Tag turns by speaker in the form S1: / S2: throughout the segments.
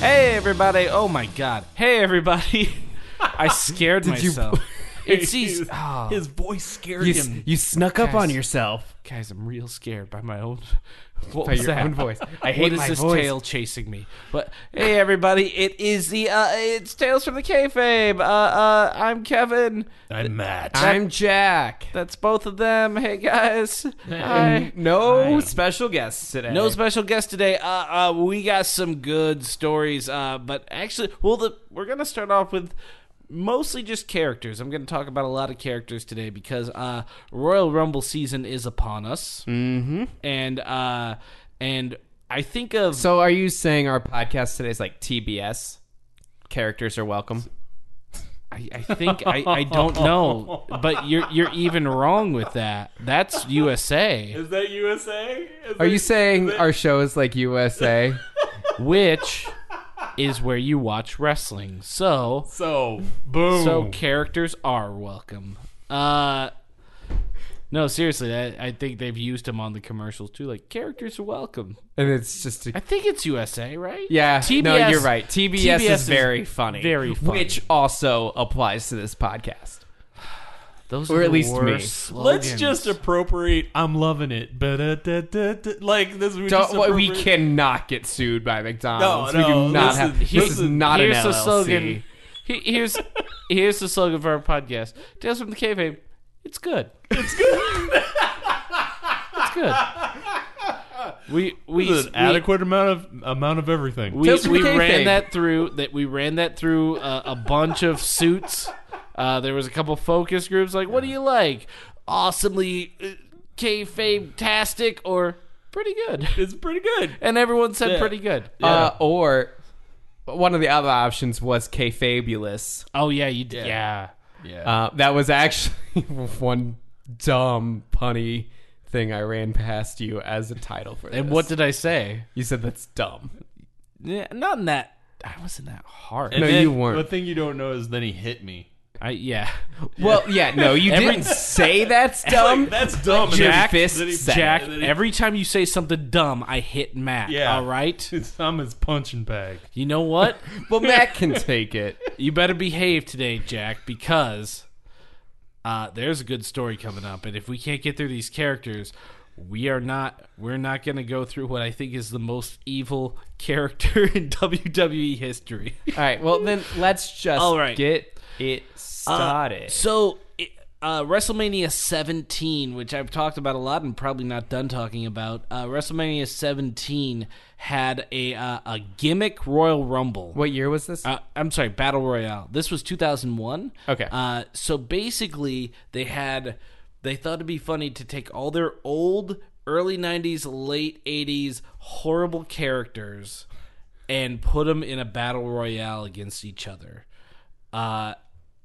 S1: Hey everybody! Oh my god! Hey everybody! I scared myself. it's these.
S2: His,
S1: Oh,
S2: his voice scared
S3: Ah. You, s-
S2: him.
S3: you snuck up
S1: Guys.
S3: on yourself.
S1: guys, I'm real scared by my own. What
S3: By
S1: was
S3: your
S1: that?
S3: own voice. I hate
S1: what is
S3: my
S1: this
S3: voice.
S1: tail chasing me? But hey everybody! It is the. Uh, it's tales from the kayfabe. Uh, uh, I'm Kevin.
S2: I'm Matt.
S3: I'm Jack.
S1: That's both of them. Hey guys. Hi.
S3: And no
S2: Hi.
S3: special guests today.
S1: No special guest today. Uh, uh, we got some good stories, uh, but actually, well, the, we're gonna start off with mostly just characters. I'm gonna talk about a lot of characters today because uh, Royal Rumble season is upon us, mm-hmm. and uh, and I think of
S3: So are you saying our podcast today is like TBS? Characters are welcome.
S1: I, I think I, I don't know, but you're you're even wrong with that. That's USA,
S2: Is that USA? Is
S3: Are
S2: that-
S3: you saying our show is like USA?
S1: which is where you watch wrestling. So
S2: so? Boom.
S1: So characters are welcome. Uh no, seriously, I, I think they've used him on the commercials too. Like characters are welcome.
S3: and it's just
S1: I
S3: a,
S1: think it's USA, right?
S3: yeah. no,
S1: TBS
S3: you're right. TBS,
S1: TBS
S3: is,
S1: is
S3: very funny,
S1: very funny.
S3: which also applies to this podcast.
S1: Those
S3: Or
S1: are
S3: at
S1: the
S3: least me.
S1: worst
S2: Let's
S1: slogans.
S2: just appropriate. I'm loving it. Ba-da-da-da-da. Like this. We, just
S3: Don't, well, we
S2: appropriate-
S3: cannot get sued by McDonald's.
S2: No,
S3: we
S2: no,
S3: do not
S2: listen,
S3: have. This is
S2: listen,
S3: not an
S1: here's
S3: LLC.
S1: the slogan. He- here's here's the slogan for our podcast. Tales from the Cave. It's good. It's good. it's good. We we
S2: This is an
S1: we-
S2: adequate amount of amount of everything.
S1: we,
S3: Tales from
S1: we
S3: the Cave
S1: ran
S3: Fame.
S1: that through that we ran that through uh, a bunch of suits. Uh, there was a couple focus groups like, "What do you like? Awesomely uh, kayfabe tastic or pretty good?"
S2: it's pretty good.
S1: And everyone said
S2: Yeah.
S1: pretty good.
S3: Uh, or one of the other options was K-Fabulous.
S1: Oh yeah, you did. Yeah.
S2: Yeah.
S3: Uh, that was actually one dumb punny thing I ran past you as a title for
S1: And
S3: this.
S1: what did I say?
S3: you said? That's dumb.
S1: Yeah, not in that. I wasn't that hard.
S3: no, you weren't.
S2: The thing you don't know is then he hit me.
S1: I yeah.
S3: Well, yeah, no, you didn't say that's dumb.
S2: Like, that's dumb.
S3: Jack
S2: And then-
S3: fist
S2: then he-
S3: said it.
S1: Jack,
S2: and then he-
S1: every time you say something dumb, I hit Matt.
S2: Yeah.
S1: All right.
S2: It's, I'm his punching bag.
S1: You know what?
S3: Well, Matt can take it.
S1: You better behave today, Jack, because uh, there's a good story coming up, and if we can't get through these characters, we are not we're not going to go through what I think is the most evil character in WWE history.
S3: All right. Well, then let's just
S1: All right. Uh,
S3: get it started.
S1: So, it- uh, WrestleMania 17, which I've talked about a lot and probably not done talking about, uh, WrestleMania 17 had a uh, a gimmick Royal Rumble.
S3: what year was this?
S1: Uh, I'm sorry, Battle Royale. This was 2001.
S3: Okay.
S1: Uh, so basically, they had they thought it'd be funny to take all their old early 90s, late 80s horrible characters and put them in a battle royale against each other. Uh,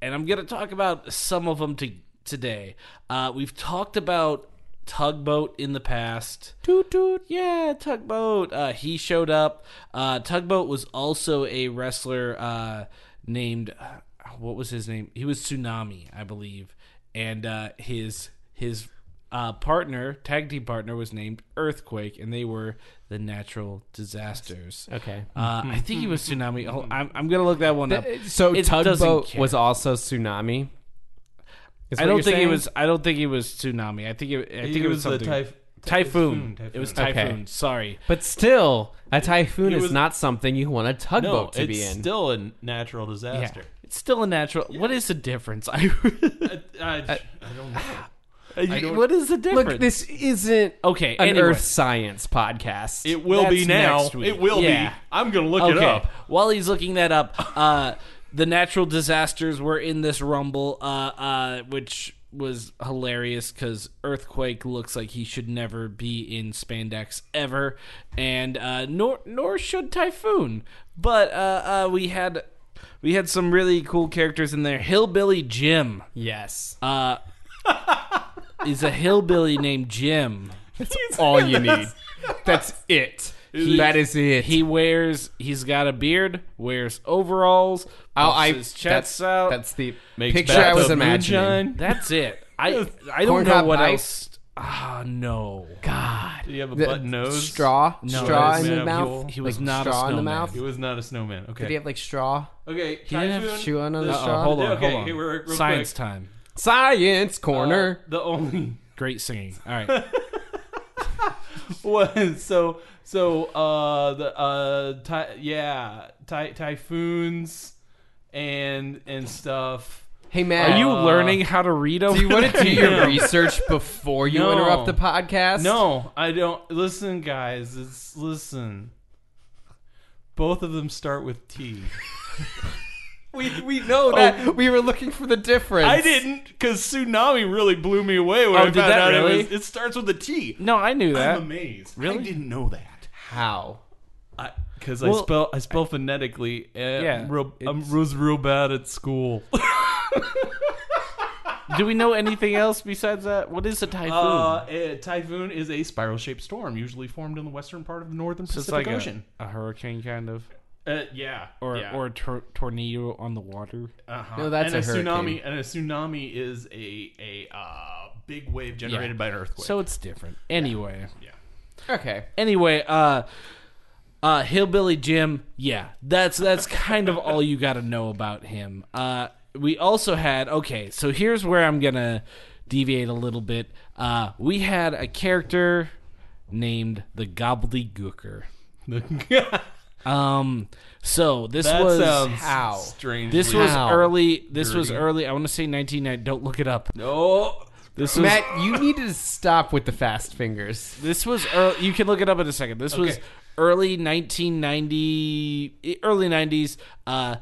S1: and I'm gonna talk about some of them to, today. Uh, we've talked about Tugboat in the past.
S3: Toot, toot.
S1: Yeah, Tugboat. Uh, he showed up. Uh, Tugboat was also a wrestler uh, named uh, what was his name? He was Tsunami, I believe, and uh, his his uh, partner, tag team partner, was named Earthquake, and they were the Natural Disasters.
S3: Okay.
S1: Uh, I think he was Tsunami. Hold- I'm, I'm gonna look that one up.
S3: Uh, So
S1: It doesn't
S3: tugboat
S1: care.
S3: was also tsunami. Is
S1: I
S3: what
S1: don't
S3: you're
S1: think it
S3: saying?
S1: was. I don't think it was Tsunami. I think it. I think
S2: He
S1: it was,
S2: the
S1: something.
S2: typh-
S1: typhoon. It was
S3: Okay.
S1: typhoon. Sorry.
S3: But still, a typhoon
S2: He
S3: is
S2: was-
S3: not something you want a
S2: No,
S3: tugboat to
S2: it's
S3: be in.
S2: still a natural
S1: Yeah.
S2: disaster.
S1: It's still a natural. What is the difference? I,
S2: I, I, I don't know. don't-
S1: what is the difference?
S3: Look, this isn't
S1: okay.
S3: an
S1: anyway.
S3: Earth science podcast.
S2: It will
S1: That's
S2: be now.
S1: next week.
S2: It will
S1: Yeah.
S2: be. I'm gonna look it
S1: okay.
S2: up.
S1: While he's looking that up, uh, the natural disasters were in this rumble, uh, uh, which was hilarious because earthquake looks like he should never be in spandex ever, and uh, nor nor should typhoon. But uh, uh, we had we had some really cool characters in there. Hillbilly Jim
S3: yes,
S1: uh, is a hillbilly named Jim.
S3: that's all you need. That's it. that is it.
S1: He wears. He's got a beard. Wears overalls.
S3: Oh,
S1: puffs
S3: I-
S1: his chests
S3: that's,
S1: out.
S3: That's the
S2: Makes
S3: picture
S2: back
S3: I was
S2: up
S3: imagining.
S2: moonshine.
S1: That's it. I I don't
S3: Corn
S1: know
S3: cob
S1: what
S3: pipe.
S1: else Ah, no.
S3: God.
S2: Do you have a
S3: The-
S2: button nose?
S3: Straw?
S1: No,
S3: straw
S2: it's
S3: in the
S2: man,
S3: mouth?
S1: he- he was
S3: Like,
S1: not a
S3: straw in the
S1: snowman.
S3: mouth?
S2: He was not a snowman. Okay.
S3: Did he have like straw?
S2: okay.
S1: He didn't have
S3: Chew on
S2: The-
S3: the
S2: Uh-oh,
S3: straw?
S1: hold on,
S2: Okay,
S1: hold on.
S2: here, real- real
S1: Science
S2: quick.
S1: time.
S3: Science
S2: Uh,
S3: corner.
S2: the only
S1: Great singing. All right.
S2: was so so uh the uh ty- yeah ty- typhoons and and stuff.
S3: hey man,
S1: Are you
S2: Uh,
S1: learning how to read over
S3: do you want to
S1: there?
S3: do your research before you
S2: No.
S3: interrupt the podcast?
S2: No, I don't. Listen, guys, it's listen. Both of them start with T.
S3: we we know that we were looking for the difference.
S2: Oh. I didn't, because tsunami really blew me away when
S1: Oh,
S2: I
S1: did
S2: found
S1: that
S2: out
S1: really?
S2: it, was, it starts with a T.
S1: No, I knew
S2: I'm
S1: that.
S2: amazed. I
S1: Really?
S2: didn't know that.
S3: How?
S2: Because I
S1: Well,
S2: spell I spell phonetically. And
S1: Yeah,
S2: yeah, real, I
S1: it's-
S2: was real bad at school.
S1: Do we know anything else besides that? What is a typhoon?
S2: Uh, a typhoon is a spiral shaped storm, usually formed in the western part of the northern
S1: So it's like
S2: Pacific
S1: a-
S2: Ocean.
S1: A, hurricane, kind of,
S2: Uh, yeah,
S1: or
S2: yeah.
S1: or a tor- tornado on the water.
S2: uh-huh.
S3: No, that's
S2: and
S3: a hurricane.
S2: tsunami. And a tsunami is a a uh, big wave generated
S1: Yeah.
S2: by an earthquake.
S1: So it's different. Anyway,
S2: yeah,
S3: Okay.
S1: anyway, uh, uh, hillbilly Jim. Yeah, that's that's kind of all you got to know about him. Uh, we also had okay. So here's where I'm gonna deviate a little bit. Uh, we had a character named the Gobbledygooker.
S2: that
S1: Um, so this was
S2: sounds
S3: How?
S2: strange.
S1: this was
S3: Wow.
S1: early. This was
S2: Dirty.
S1: early. I want to say 1990. Don't look it up.
S2: no.
S1: This was
S3: Matt, you need to stop with the fast fingers.
S1: This was early, you can look it up in a second. This was
S2: Okay.
S1: early 1990 early 90s uh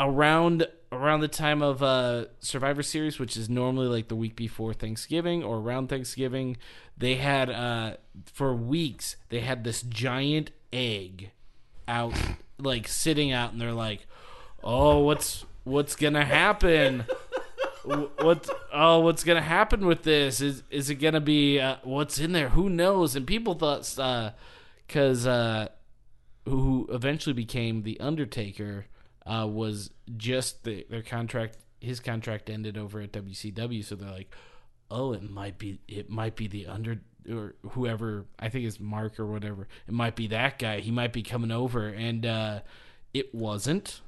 S1: around around the time of uh Survivor series which is normally like the week before Thanksgiving or around Thanksgiving they had uh for weeks they had this giant egg out like sitting out and they're like oh what's what's going to happen what oh what's gonna happen with this is is it gonna be uh, what's in there who knows and people thought uh because uh who eventually became the undertaker uh was just the, their contract his contract ended over at wcw so they're like oh it might be it might be the under or whoever i think it's mark or whatever it might be that guy he might be coming over and uh it wasn't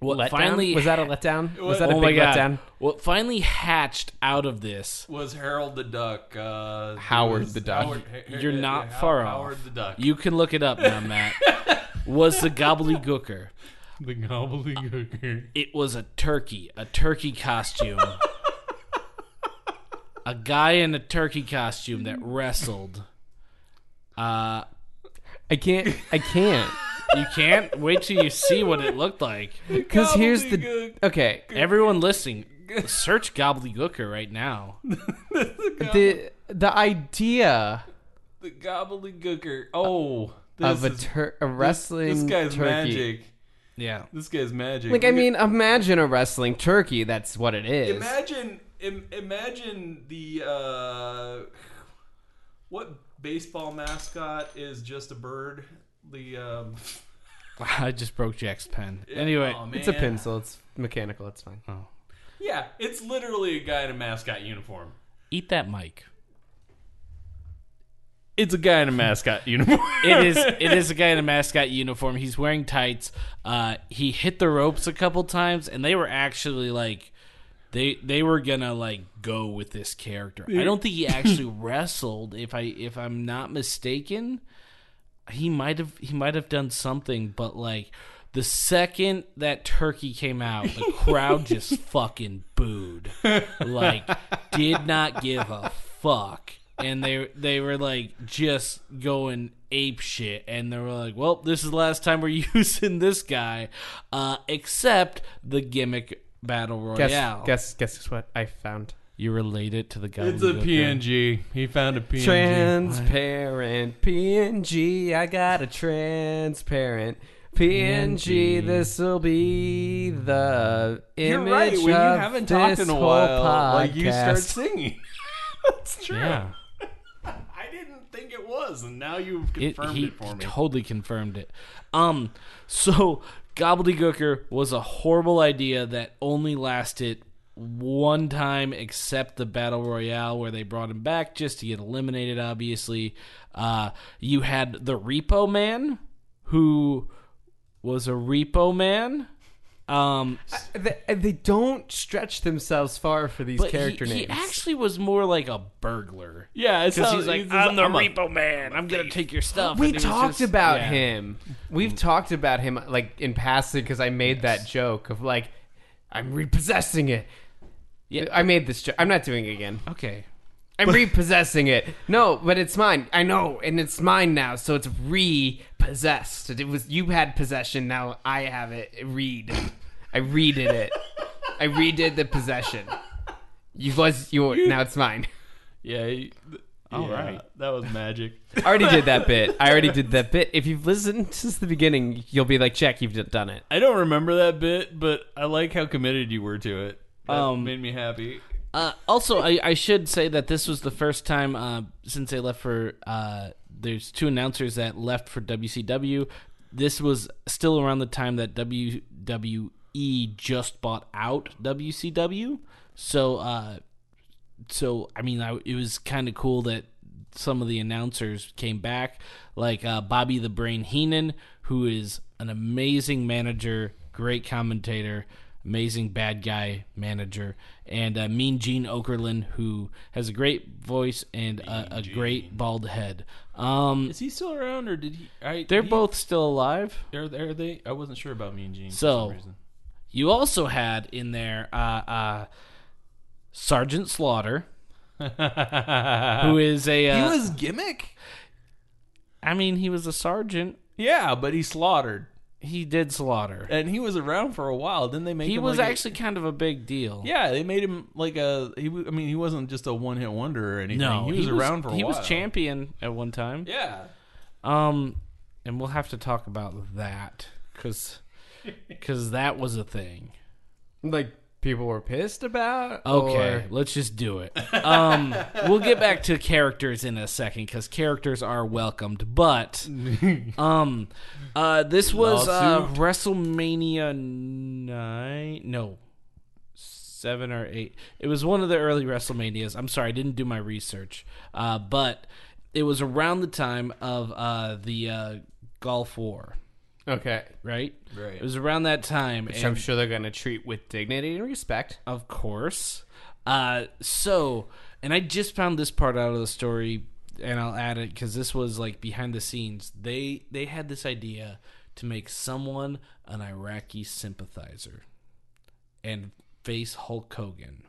S1: what
S3: Letdown?
S1: finally
S3: was that a letdown? Was that a
S1: oh my
S3: big
S1: god!
S3: letdown?
S1: What finally hatched out of this?
S2: Was Harold the Duck? Uh,
S3: Howard
S2: was
S3: the Duck.
S2: Ha-
S1: You're
S2: Ha-
S1: not
S2: Ha-
S1: far
S2: Howard
S1: off.
S2: the Duck.
S1: You can look it up now, Matt. was the gobbledygooker?
S2: the gobbledygooker.
S1: It was a turkey, a turkey costume, a guy in a turkey costume that wrestled. Uh,
S3: I can't. I can't.
S1: you can't wait till you see what it looked like.
S3: Because here's the. Okay.
S1: Everyone listening, search gobbledygooker right now.
S3: The the idea
S2: The gobbledygooker. Oh, this
S3: of a,
S2: is,
S3: tur- a wrestling
S2: this guy's
S3: turkey.
S2: magic.
S1: Yeah.
S2: This guy's magic.
S3: Like I
S2: Look at-
S3: mean, imagine a wrestling turkey. That's what it is.
S2: Imagine, Im- imagine the uh, what baseball mascot is just a bird? The um,
S1: I just broke Jack's pen. Anyway,
S2: Aw,
S3: it's a
S2: man.
S3: pencil. It's mechanical. It's fine.
S2: Yeah, it's literally a guy in a mascot uniform.
S1: eat that mic.
S2: It's a guy in a mascot uniform.
S1: it is it is a guy in a mascot uniform. He's wearing tights. Uh, he hit the ropes a couple times, and they were actually like, they they were gonna like go with this character. I don't think he actually wrestled. If I if I'm not mistaken, he might have he might have done something, but like. The second that turkey came out, the crowd just fucking booed. Like, did not give a fuck. And they they were like just going ape shit, and they were like, "Well, this is the last time we're using this guy, uh, except the gimmick battle royale."
S3: Guess guess guess what I found.
S1: You relate it to the guy.
S2: It's a PNG. He found a PNG.
S3: Transparent PNG. I got a transparent PNG. This will be the image
S2: You're right. When you
S3: of
S2: haven't talked
S3: this
S2: in a
S3: whole
S2: while, like you start
S3: podcast.
S2: singing. That's true.
S1: Yeah,
S2: I didn't think it was, and now you've
S1: it,
S2: confirmed it,
S1: he
S2: for me.
S1: totally confirmed it. Um, so gobbledygooker was a horrible idea that only lasted one time except the battle royale where they brought him back just to get eliminated obviously uh, you had the repo man who was a repo man um,
S3: They, they don't stretch themselves far for these
S1: but
S3: character
S1: he, he
S3: names.
S1: actually was more like a burglar
S3: yeah, it's
S1: because
S3: how-
S1: he's like
S3: just
S1: i'm the
S3: a-
S1: repo man i'm gonna take your stuff
S3: We
S1: and it was
S3: talked
S1: just-
S3: about
S1: yeah.
S3: him. We've talked about him like in passing because I made that joke of like, I'm repossessing it.
S1: Yeah.
S3: I made this joke. I'm not doing it again.
S1: okay
S3: I'm repossessing it. No, but it's mine. I know, and it's mine now, so it's repossessed. It was you had possession, now I have it. Read. I redid it. I redid the possession. You was yours, now it's mine.
S2: Yeah. He, th- yeah,
S1: right.
S2: That was magic.
S3: I already did that bit. I already did that bit. If you've listened since the beginning, you'll be like, check, you've d- done it.
S2: I don't remember that bit, but I like how committed you were to it. That
S1: Um,
S2: made me happy.
S1: Uh, also, I, I should say that this was the first time uh, since they left for. Uh, there's two announcers that left for WCW. This was still around the time that WWE just bought out WCW. So, uh, so I mean, I, it was kind of cool that some of the announcers came back, like uh, Bobby the Brain Heenan, who is an amazing manager, great commentator, amazing bad guy manager, and uh, Mean Gene Okerlund, who has a great voice and a, a great bald head. Um,
S2: Is he still around, or did he? I,
S1: they're
S2: he-
S1: both still alive.
S2: Are, are they? I wasn't sure about Mean Gene.
S1: So-
S2: for some reason.
S1: You also had in there uh, uh, Sergeant Slaughter, who is a. Uh,
S2: was gimmick.
S1: I mean, he was a sergeant.
S2: Yeah, but he slaughtered,
S1: He did slaughter.
S2: and he was around for a while. Didn't they make?
S1: He
S2: him
S1: was
S2: like a-
S1: actually kind of a big deal.
S2: yeah, they made him like a. He, wa- I mean, he wasn't just a one-hit wonder or anything.
S1: No,
S2: he was around for a
S1: he
S2: while.
S1: was champion at one time.
S2: Yeah,
S1: Um, and we'll have to talk about that because that was a thing.
S3: Like, people were pissed about?
S1: Okay,
S3: or-
S1: let's just do it. Um, we'll get back to characters in a second because characters are welcomed. But um, uh, this was uh,
S2: Lawsuit.
S1: WrestleMania nine, no, seven or eight. It was one of the early WrestleManias. I'm sorry, I didn't do my research, uh, but it was around the time of uh, the uh, Gulf War,
S3: Okay.
S1: right?
S2: Right.
S1: It was around that time.
S3: Which I'm sure they're going to treat with dignity and respect.
S1: Of course. Uh, so, and I just found this part out of the story, and I'll add it because this was like behind the scenes. They they had this idea to make someone an Iraqi sympathizer and face Hulk Hogan,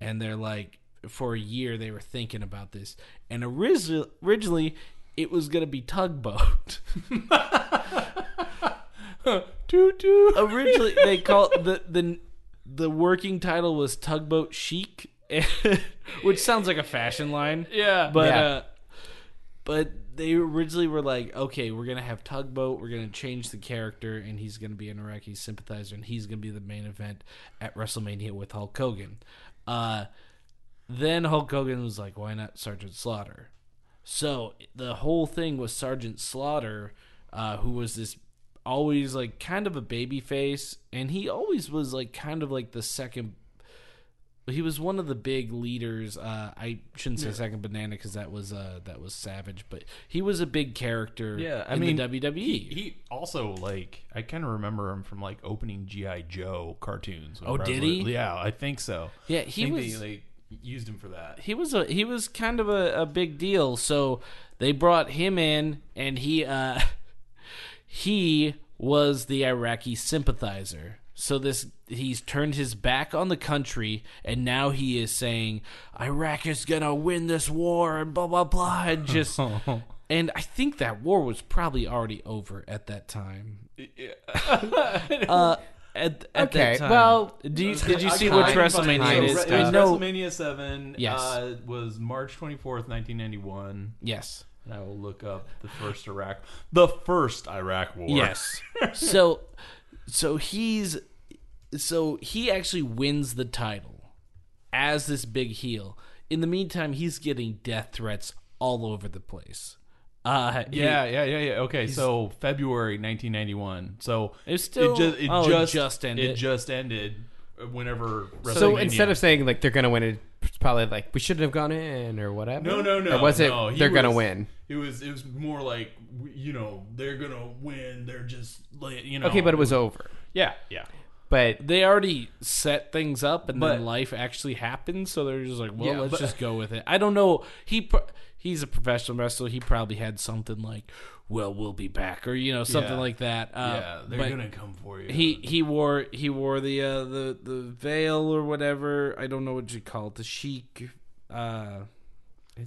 S1: and they're like for a year they were thinking about this, and orisi- originally it was gonna be tugboat.
S2: toot toot.
S1: originally they called the the the working title was tugboat chic which sounds like a fashion line
S2: Yeah,
S1: but
S3: Yeah.
S1: uh but they originally were like okay we're gonna have tugboat we're gonna change the character and he's gonna be an iraqi sympathizer and he's gonna be the main event at wrestlemania with hulk hogan uh then hulk hogan was like why not sergeant slaughter so the whole thing was Sergeant Slaughter, uh, who was this always like kind of a baby face, and he always was like kind of like the second. He was one of the big leaders. Uh, I shouldn't say second banana because that was uh, that was Savage, but he was a big character.
S2: Yeah, I
S1: in
S2: mean,
S1: the E. WWE.
S2: He also like I kind of remember him from like opening GI Joe cartoons. whenever I
S1: did
S2: was-
S1: he?
S2: Yeah, I think so.
S1: yeah,
S2: I
S1: he
S2: think
S1: was.
S2: they like used him for that.
S1: he was a he was kind of a, a big deal. So they brought him in, and he uh, he was the Iraqi sympathizer. So this he's turned his back on the country, and now he is saying Iraq is gonna win this war, and blah blah blah, and just. And I think that war was probably already over at that time. Uh, at, at
S3: Okay,
S1: that time.
S3: well,
S1: do you, did you
S2: I
S1: see
S2: kind
S1: which
S2: of-
S1: WrestleMania
S2: so,
S1: it
S3: kinda
S1: is?
S2: It was
S1: Scott?
S2: WrestleMania seven.
S1: Yes.
S2: uh, was March twenty fourth, nineteen ninety one.
S1: Yes.
S2: And I will look up the first Iraq, the first Iraq War.
S1: Yes. so so he's so he actually wins the title as this big heel. In the meantime, he's getting death threats all over the place. Uh he-
S2: Yeah, yeah, yeah, yeah. Okay, so February 1991. So
S1: It's still-
S2: it just it
S1: oh, it
S2: just,
S1: just ended.
S2: It just ended. whenever.
S3: So
S2: WrestleMania-
S3: instead of saying like they're gonna win, it, it's probably like we shouldn't have gone in or whatever.
S2: No, no, no.
S3: Or was it
S2: no, he
S3: they're gonna
S2: was-
S3: win?
S2: It was. It was more like w- you know they're gonna win. They're just like you know.
S3: Okay, but it was over.
S2: yeah, yeah.
S3: But
S1: They already set things up, and
S2: But-
S1: then life actually happens. So they're just like, well,
S3: Yeah,
S1: let's
S3: but-
S1: just go with it. I don't know. He pro- he's a professional wrestler. He probably had something like, well, we'll be back, or you know, something
S2: Yeah.
S1: like that. Uh,
S2: yeah, they're
S1: but
S2: gonna come for you.
S1: He he wore he wore the uh, the the veil or whatever. I don't know what you call it. The chic. Uh,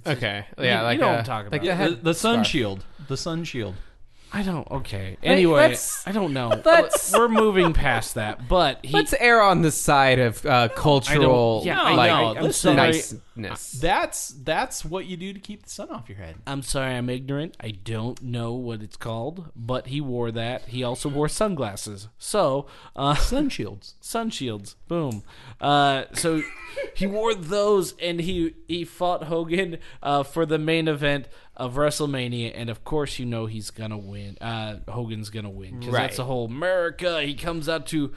S3: okay,
S1: you
S3: yeah, like
S1: know
S3: a,
S1: what I'm talking
S3: like
S1: about.
S3: a
S2: the,
S3: head
S2: the sun
S3: scarf.
S2: shield. The sun shield.
S1: I don't. Okay. Anyway,
S3: let's-
S1: I don't know.
S3: let's-
S1: We're moving past that, but he.
S3: Let's err on the side of uh, cultural
S1: yeah,
S2: I
S3: like,
S2: know. I'm sorry.
S3: niceness.
S2: That's that's what you do to keep the sun off your head.
S1: I'm sorry, I'm ignorant. I don't know what it's called, but he wore that. He also wore sunglasses. So, uh,
S2: Sun shields.
S1: sun shields. Boom. Uh, so he wore those, and he he fought Hogan uh, for the main event of WrestleMania, and of course, you know he's gonna win. Uh, Hogan's gonna win because
S3: Right.
S1: that's the whole America. He comes out to,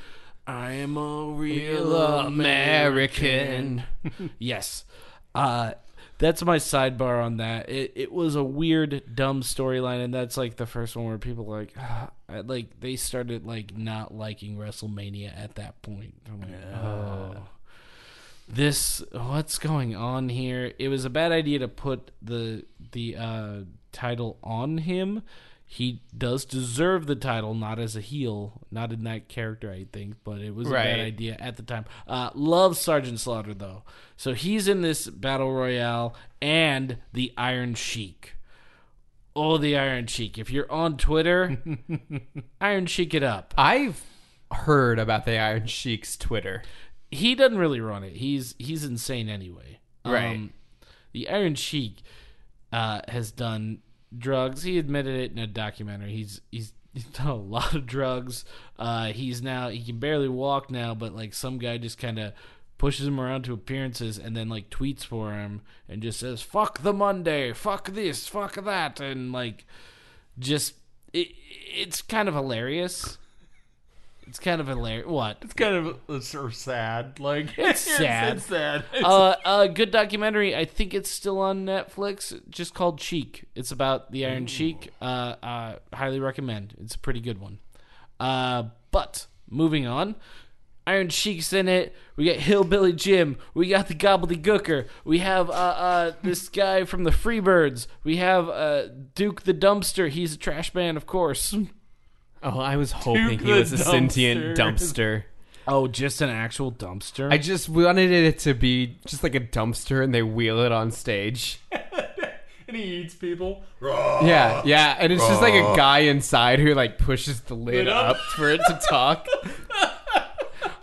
S1: I am a real American.
S3: American.
S1: yes. Uh, that's my sidebar on that. It, it was a weird, dumb storyline, and that's like the first one where people like, ah, I- like they started like not liking WrestleMania at that point. I'm like, oh, this what's going on here? It was a bad idea to put the the uh, title on him. He does deserve the title, not as a heel, not in that character, I think, but it was a bad
S3: Right.
S1: idea idea at the time. Uh, loves Sergeant Slaughter though, so he's in this battle royale and the Iron Sheik. Oh, the Iron Sheik! If you're on Twitter, Iron Sheik it up.
S3: I've heard about the Iron Sheik's Twitter.
S1: He doesn't really run it. He's he's insane anyway. Um,
S3: Right.
S1: the Iron Sheik uh, has done drugs. He admitted it in a documentary. He's he's. He's done a lot of drugs. Uh, he's now he can barely walk now, but like some guy just kind of pushes him around to appearances and then like tweets for him and just says "fuck the Monday, fuck this, fuck that," and like just it, it's kind of hilarious. It's kind of hilarious. What?
S2: It's kind of it's sort of sad. Like
S1: It's sad.
S2: It's sad.
S1: uh, a good documentary. I think it's still on Netflix. Just called Cheek. It's about the Iron Cheek. Uh, uh, highly recommend. It's a pretty good one. Uh, but moving on, Iron Cheek's in it. We got Hillbilly Jim. We got the Gobbledygooker. We have uh, uh, this guy from the Freebirds. We have uh, Duke the Dumpster. He's a trash man, of course.
S3: Oh, I was hoping he
S2: the
S3: was a sentient dumpster.
S2: dumpster.
S1: Oh, just an actual dumpster.
S3: I just wanted it to be just like a dumpster, and they wheel it on stage.
S2: and he eats people.
S3: Yeah, yeah, and it's just like a guy inside who like pushes the lid up
S2: up.
S3: for it to talk.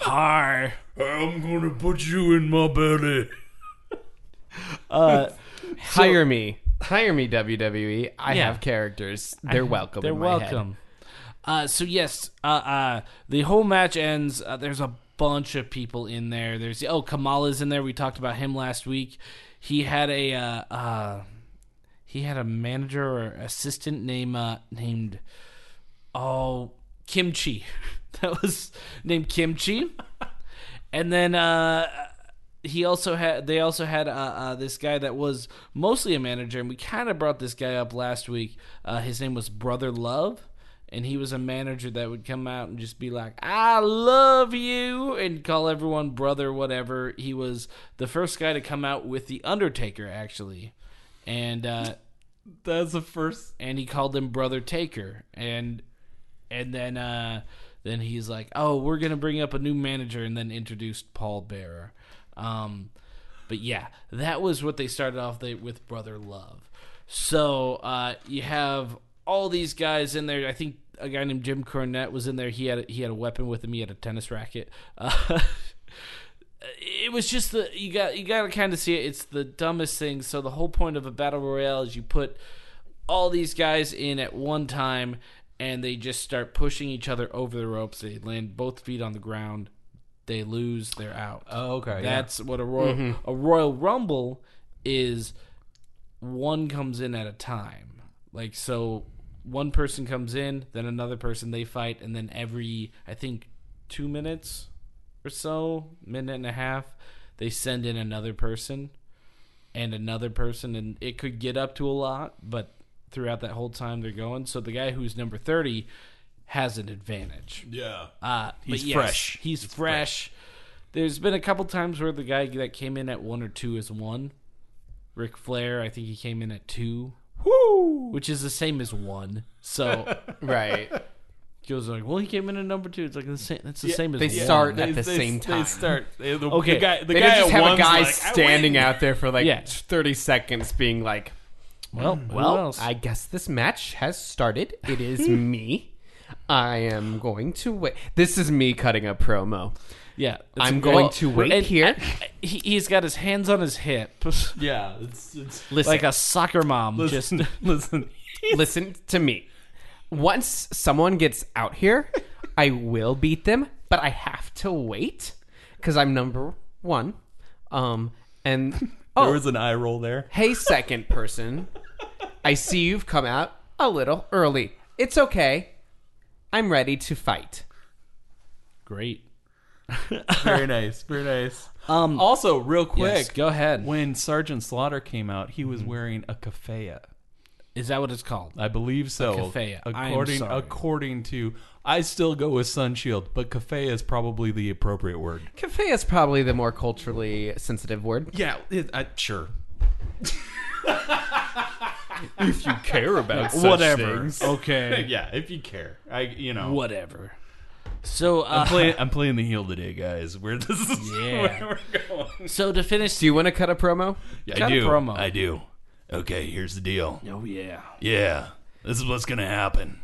S1: Hi.
S2: I'm gonna put you in my belly.
S3: Hire me, hire me, WWE. I
S1: Yeah.
S3: have characters. They're welcome.
S1: They're
S3: in my head.
S1: welcome. Uh, so yes, uh, uh, the whole match ends. Uh, there's a bunch of people in there. There's oh Kamala's in there. We talked about him last week. He had a uh, uh, he had a manager or assistant name uh, named oh Kimchi. That was named Kimchi. And then uh, he also had they also had uh, uh, this guy that was mostly a manager, and we kind of brought this guy up last week. Uh, his name was Brother Love, and he was a manager that would come out and just be like, "I love you," and call everyone brother, whatever. He was the first guy to come out with the Undertaker, actually, and uh,
S2: That's the first.
S1: and he called him Brother Taker, and and then uh, then he's like, "Oh, we're gonna bring up a new manager," and then introduced Paul Bearer. Um, but yeah, that was what they started off they, with Brother Love. So uh, you have all these guys in there. I think a guy named Jim Cornette was in there. He had a, he had a weapon with him. He had a tennis racket. Uh, it was just the you got you got to kind of see it. It's the dumbest thing. So the whole point of a battle royale is you put all these guys in at one time, and they just start pushing each other over the ropes. They land both feet on the ground. They lose. They're out.
S2: Oh, okay.
S1: That's what a royal a royal rumble is. One comes in at a time. Like so, one person comes in, then another person they fight, and then every I think two minutes or so, minute and a half, they send in another person and another person, and it could get up to a lot, but throughout that whole time they're going. So the guy who's number 30 has an advantage.
S2: Yeah.
S1: Uh,
S4: He's
S1: but yes,
S4: fresh.
S1: He's, fresh. There's been a couple times where the guy that came in at one or two is one. Ric Flair, I think he came in at two,
S2: Woo!
S1: which is the same as one. So
S3: Right.
S1: goes like, well, he came in at number two. It's like the same. That's the same as
S3: they
S1: one.
S3: start at the same time.
S4: They start. They, the,
S1: Okay.
S4: the guy, the
S3: They
S4: guy
S3: don't just
S4: at
S3: have a
S4: one's
S3: guy
S4: like, "I
S3: standing
S4: win."
S3: out there for like
S1: Yeah.
S3: 30 seconds being like,
S1: Well, well,
S3: well, I guess this match has started. It is me. I am going to wait. This is me cutting a promo.
S1: yeah. it's
S3: I'm
S1: a-
S3: going
S1: well,
S3: to wait
S1: and-
S3: here.
S1: He, he's got his hands on his hip,
S2: Yeah, it's it's
S3: Listen,
S1: like a soccer mom.
S2: listen,
S1: Just
S2: listen.
S3: listen to me. Once someone gets out here, I will beat them, but I have to wait because I'm number one. Um, and
S2: There
S3: oh,
S2: was an eye roll there.
S3: Hey, second person. I see you've come out a little early. It's okay. I'm ready to fight.
S1: great.
S2: Very nice. Very nice.
S1: Um,
S2: Also, real quick,
S1: yes, go ahead.
S2: when Sergeant Slaughter came out, he was wearing a kafaya.
S1: Is that what it's called?
S2: I believe so.
S1: kafaya. I am
S2: According
S1: sorry.
S2: according to I still go with sunshield, but kafaya is probably the appropriate word.
S3: Cafe is probably the more culturally sensitive word.
S2: Yeah, it, I, sure.
S4: If you care about such
S1: Whatever.
S4: things.
S1: Okay.
S2: Yeah, if you care. I you know.
S1: Whatever. So, uh,
S2: I'm playing I'm playing the heel today, guys. Where this is
S1: Yeah.
S2: where we're going.
S1: so to finish
S3: Do you want to cut a promo?
S1: Cut
S2: I
S1: a
S2: do.
S1: promo.
S2: I do. Okay, here's the deal.
S1: Oh yeah.
S4: Yeah, this is what's gonna happen.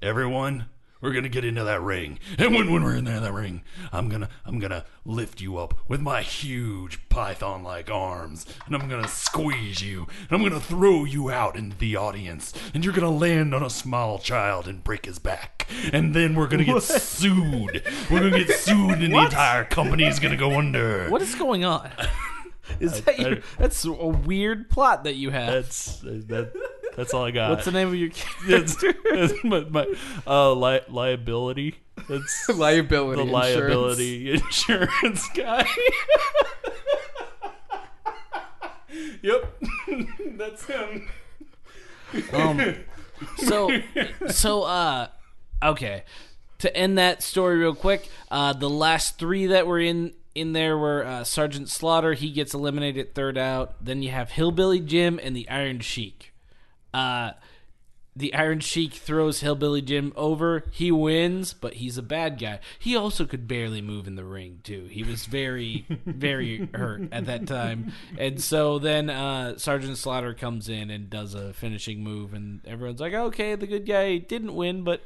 S4: Everyone, we're gonna get into that ring, and when when we're in there, that ring, I'm gonna I'm gonna lift you up with my huge python-like arms, and I'm gonna squeeze you, and I'm gonna throw you out into the audience, and you're gonna land on a small child and break his back, and then we're gonna get sued. We're gonna get sued, and the entire company's gonna go under.
S1: What is going on? Is that your, that's a weird plot that you have.
S4: That's that. That's all I got.
S1: What's the name of your
S4: That's,
S1: character?
S4: that's my, my uh, li- liability. That's
S3: Liability.
S4: the liability insurance guy. yep, that's him.
S1: um, so so uh okay. To end that story real quick, uh the last three that were in in there were uh, Sergeant Slaughter, he gets eliminated third out. Then you have Hillbilly Jim and the Iron Sheik. Uh the Iron Sheik throws Hillbilly Jim over. He wins, but he's a bad guy. He also could barely move in the ring, too. He was very, very hurt at that time. And so then uh, Sergeant Slaughter comes in and does a finishing move, and everyone's like, okay, the good guy didn't win, but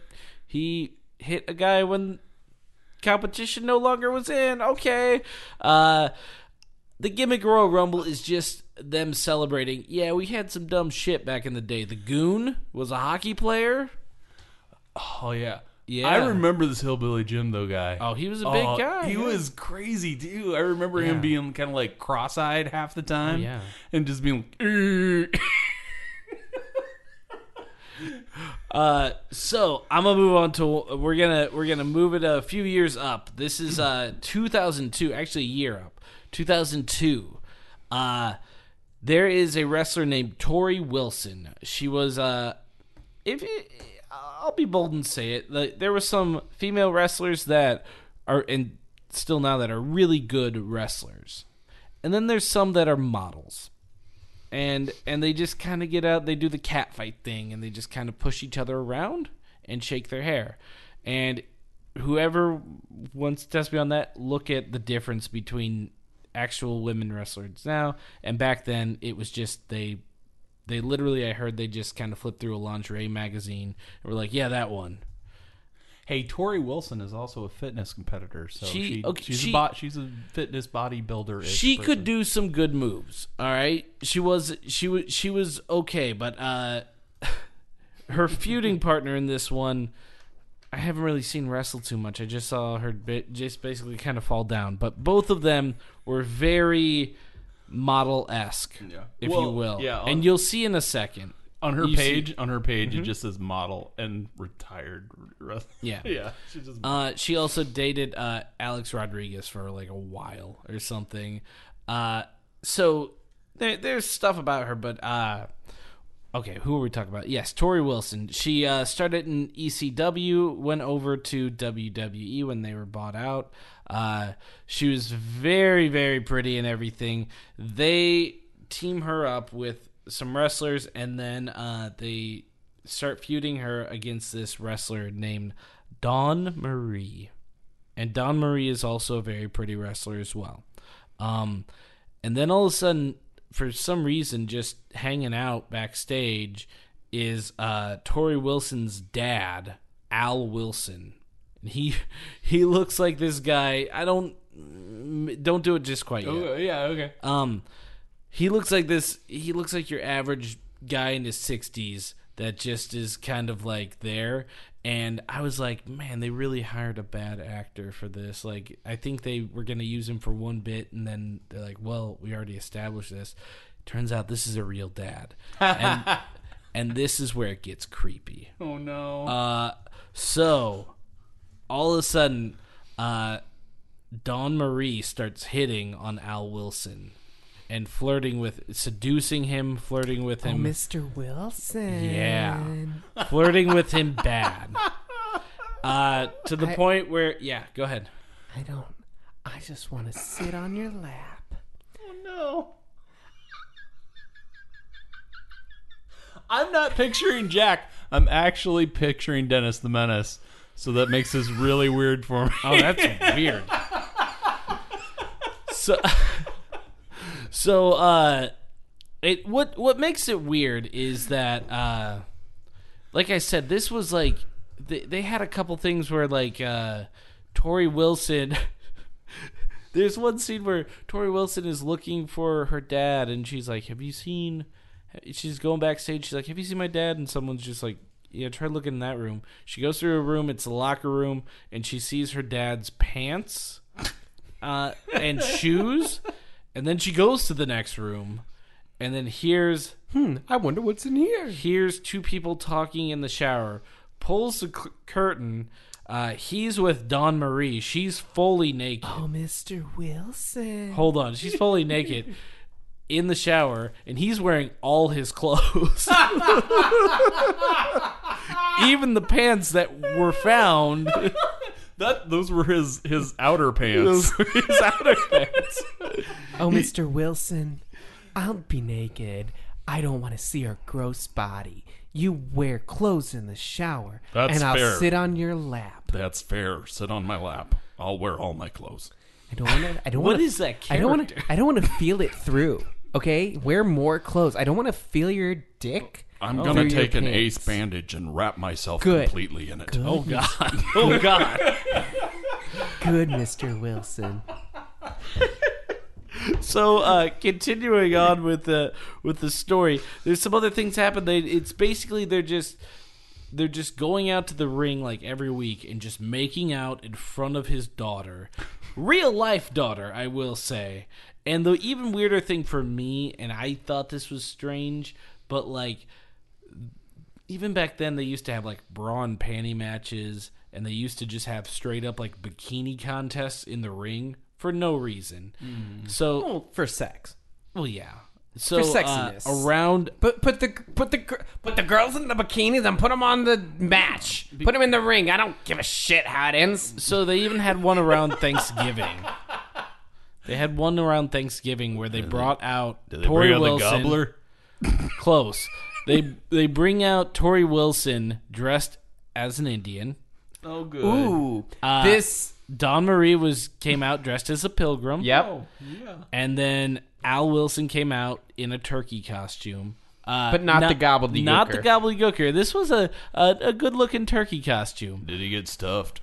S1: he hit a guy when competition no longer was in. Okay. Uh, the gimmick Royal Rumble is just them celebrating. Yeah, we had some dumb shit back in the day. The Goon was a hockey player.
S2: Oh yeah.
S1: Yeah.
S2: I remember this hillbilly Jim though guy.
S1: Oh, he was a big
S2: Oh,
S1: guy.
S2: He
S1: yeah.
S2: was crazy too. I remember
S1: Yeah.
S2: him being kind of like cross-eyed half the time.
S1: yeah.
S2: and just being. Like, "Err."
S1: Uh, so I'm gonna move on to we're gonna we're gonna move it a few years up. This is uh 2002, actually a year up. 2002. Uh, there is a wrestler named Tori Wilson. She was uh, if it, I'll be bold and say it, like, there were some female wrestlers that are and still now that are really good wrestlers, and then there's some that are models and and they just kind of get out they do the cat fight thing and they just kind of push each other around and shake their hair and whoever wants to test me on that look at the difference between actual women wrestlers now and back then it was just they they literally i heard they just kind of flipped through a lingerie magazine and were like yeah that one
S2: hey, Tori Wilson is also a fitness competitor, so
S1: She-
S2: she,
S1: okay,
S2: she's
S1: she-
S2: a bo- she's a fitness bodybuilder.
S1: she could do some good moves. All right, she was she was she was okay, but uh, her feuding partner in this one, I haven't really seen wrestle too much. I just saw her ba- just basically kind of fall down. But both of them were very model esque,
S2: Yeah.
S1: if you
S2: Well,
S1: will.
S2: yeah, I'll-
S1: and you'll see in a second.
S2: on her
S1: You see- Mm-hmm.
S2: page, on her page, it just says model and retired. wrestler.
S1: Yeah.
S2: yeah. She just
S1: Uh, she also dated uh, Alex Rodriguez for like a while or something. Uh, so there, there's stuff about her, but uh, okay, who are we talking about? Yes, Tori Wilson. She uh, started in ECW, went over to WWE when they were bought out. Uh, she was very, very pretty and everything. They team her up with some wrestlers, and then uh, they start feuding her against this wrestler named Dawn Marie. And Dawn Marie is also a very pretty wrestler as well. Um, and then all of a sudden, for some reason, just hanging out backstage is uh, Tori Wilson's dad, Al Wilson. And he he looks like this guy. I don't mm, don't do it just quite yet.
S2: Oh, yeah, okay.
S1: Um, he looks like this. He looks like your average guy in his sixties that just is kind of like there. And I was like, man, they really hired a bad actor for this. Like, I think they were going to use him for one bit, and then they're like, well, we already established this. Turns out this is a real dad, and, and this is where it gets creepy.
S2: Oh no.
S1: Uh, so all of a sudden, uh, Dawn Marie starts hitting on Al Wilson and flirting with, seducing him, flirting with him,
S3: Mr. Wilson.
S1: Yeah. flirting with him bad. Uh, to the point where, yeah, go ahead.
S3: I don't. I just want to sit on your lap.
S2: no. I'm not picturing Jack. I'm actually picturing Dennis the Menace. So that makes this really weird for me.
S1: Oh, that's weird. So, so uh, it what what makes it weird is that uh, like I said, this was like they, they had a couple things where like uh, Tori Wilson. There's one scene where Tori Wilson is looking for her dad, and she's like, "Have you seen?" She's going backstage. She's like, "Have you seen my dad?" And someone's just like, "Yeah, try looking in that room." She goes through a room. It's a locker room, and she sees her dad's pants uh, and shoes. And then she goes to the next room, and then hears
S3: I wonder what's in here.
S1: hears two people talking in the shower, pulls the c- curtain. Uh, he's with Don Marie. She's fully naked.
S3: Oh, Mr. Wilson.
S1: Hold on, she's fully naked in the shower, and he's wearing all his clothes, even the pants that were found.
S2: That those were his his outer pants. his outer pants.
S3: Oh, Mr. Wilson. I'll be naked. I don't want to see her gross body. You wear clothes in the shower,
S4: That's
S3: and I'll
S4: fair.
S3: sit on your lap.
S4: That's fair. Sit on my lap. I'll wear all my clothes.
S3: I don't want to. I don't
S1: What
S3: want
S1: is that
S3: I don't want to. I don't want to feel it through. Okay, wear more clothes. I don't want to feel your dick. Oh.
S4: I'm
S3: through
S4: gonna
S3: your
S4: take an
S3: pants.
S4: ace bandage and wrap myself
S3: Good.
S4: completely in it.
S1: Oh God! Oh God!
S3: Good, Mr. Wilson.
S1: so uh, continuing on with the with the story, there's some other things happen. They it's basically they're just they're just going out to the ring like every week and just making out in front of his daughter, real life daughter, I will say. And the even weirder thing for me, and I thought this was strange, but like even back then they used to have like bra and panty matches and they used to just have straight up like bikini contests in the ring for no reason. So
S3: for sex.
S1: well, yeah. So
S3: For
S1: uh,
S3: sexiness.
S1: around
S3: Put put the put the gir- put the girls in the bikinis and put them on the match. Put them in the ring. I don't give a shit how it ends.
S1: so they even had one around Thanksgiving. They had one around Thanksgiving where they brought out
S4: They
S1: Tori
S4: bring out
S1: Wilson.
S4: the gobbler.
S1: Close. They they bring out Tori Wilson dressed as an Indian.
S2: Oh good.
S3: Ooh, this.
S1: Don Marie was came out dressed as a pilgrim.
S3: Yep.
S2: Yeah.
S1: And then Al Wilson came out in a turkey costume. Uh,
S3: But not the gobbledygooker.
S1: Not the gobbledygooker. This was a, a, a good looking turkey costume.
S4: Did he get stuffed?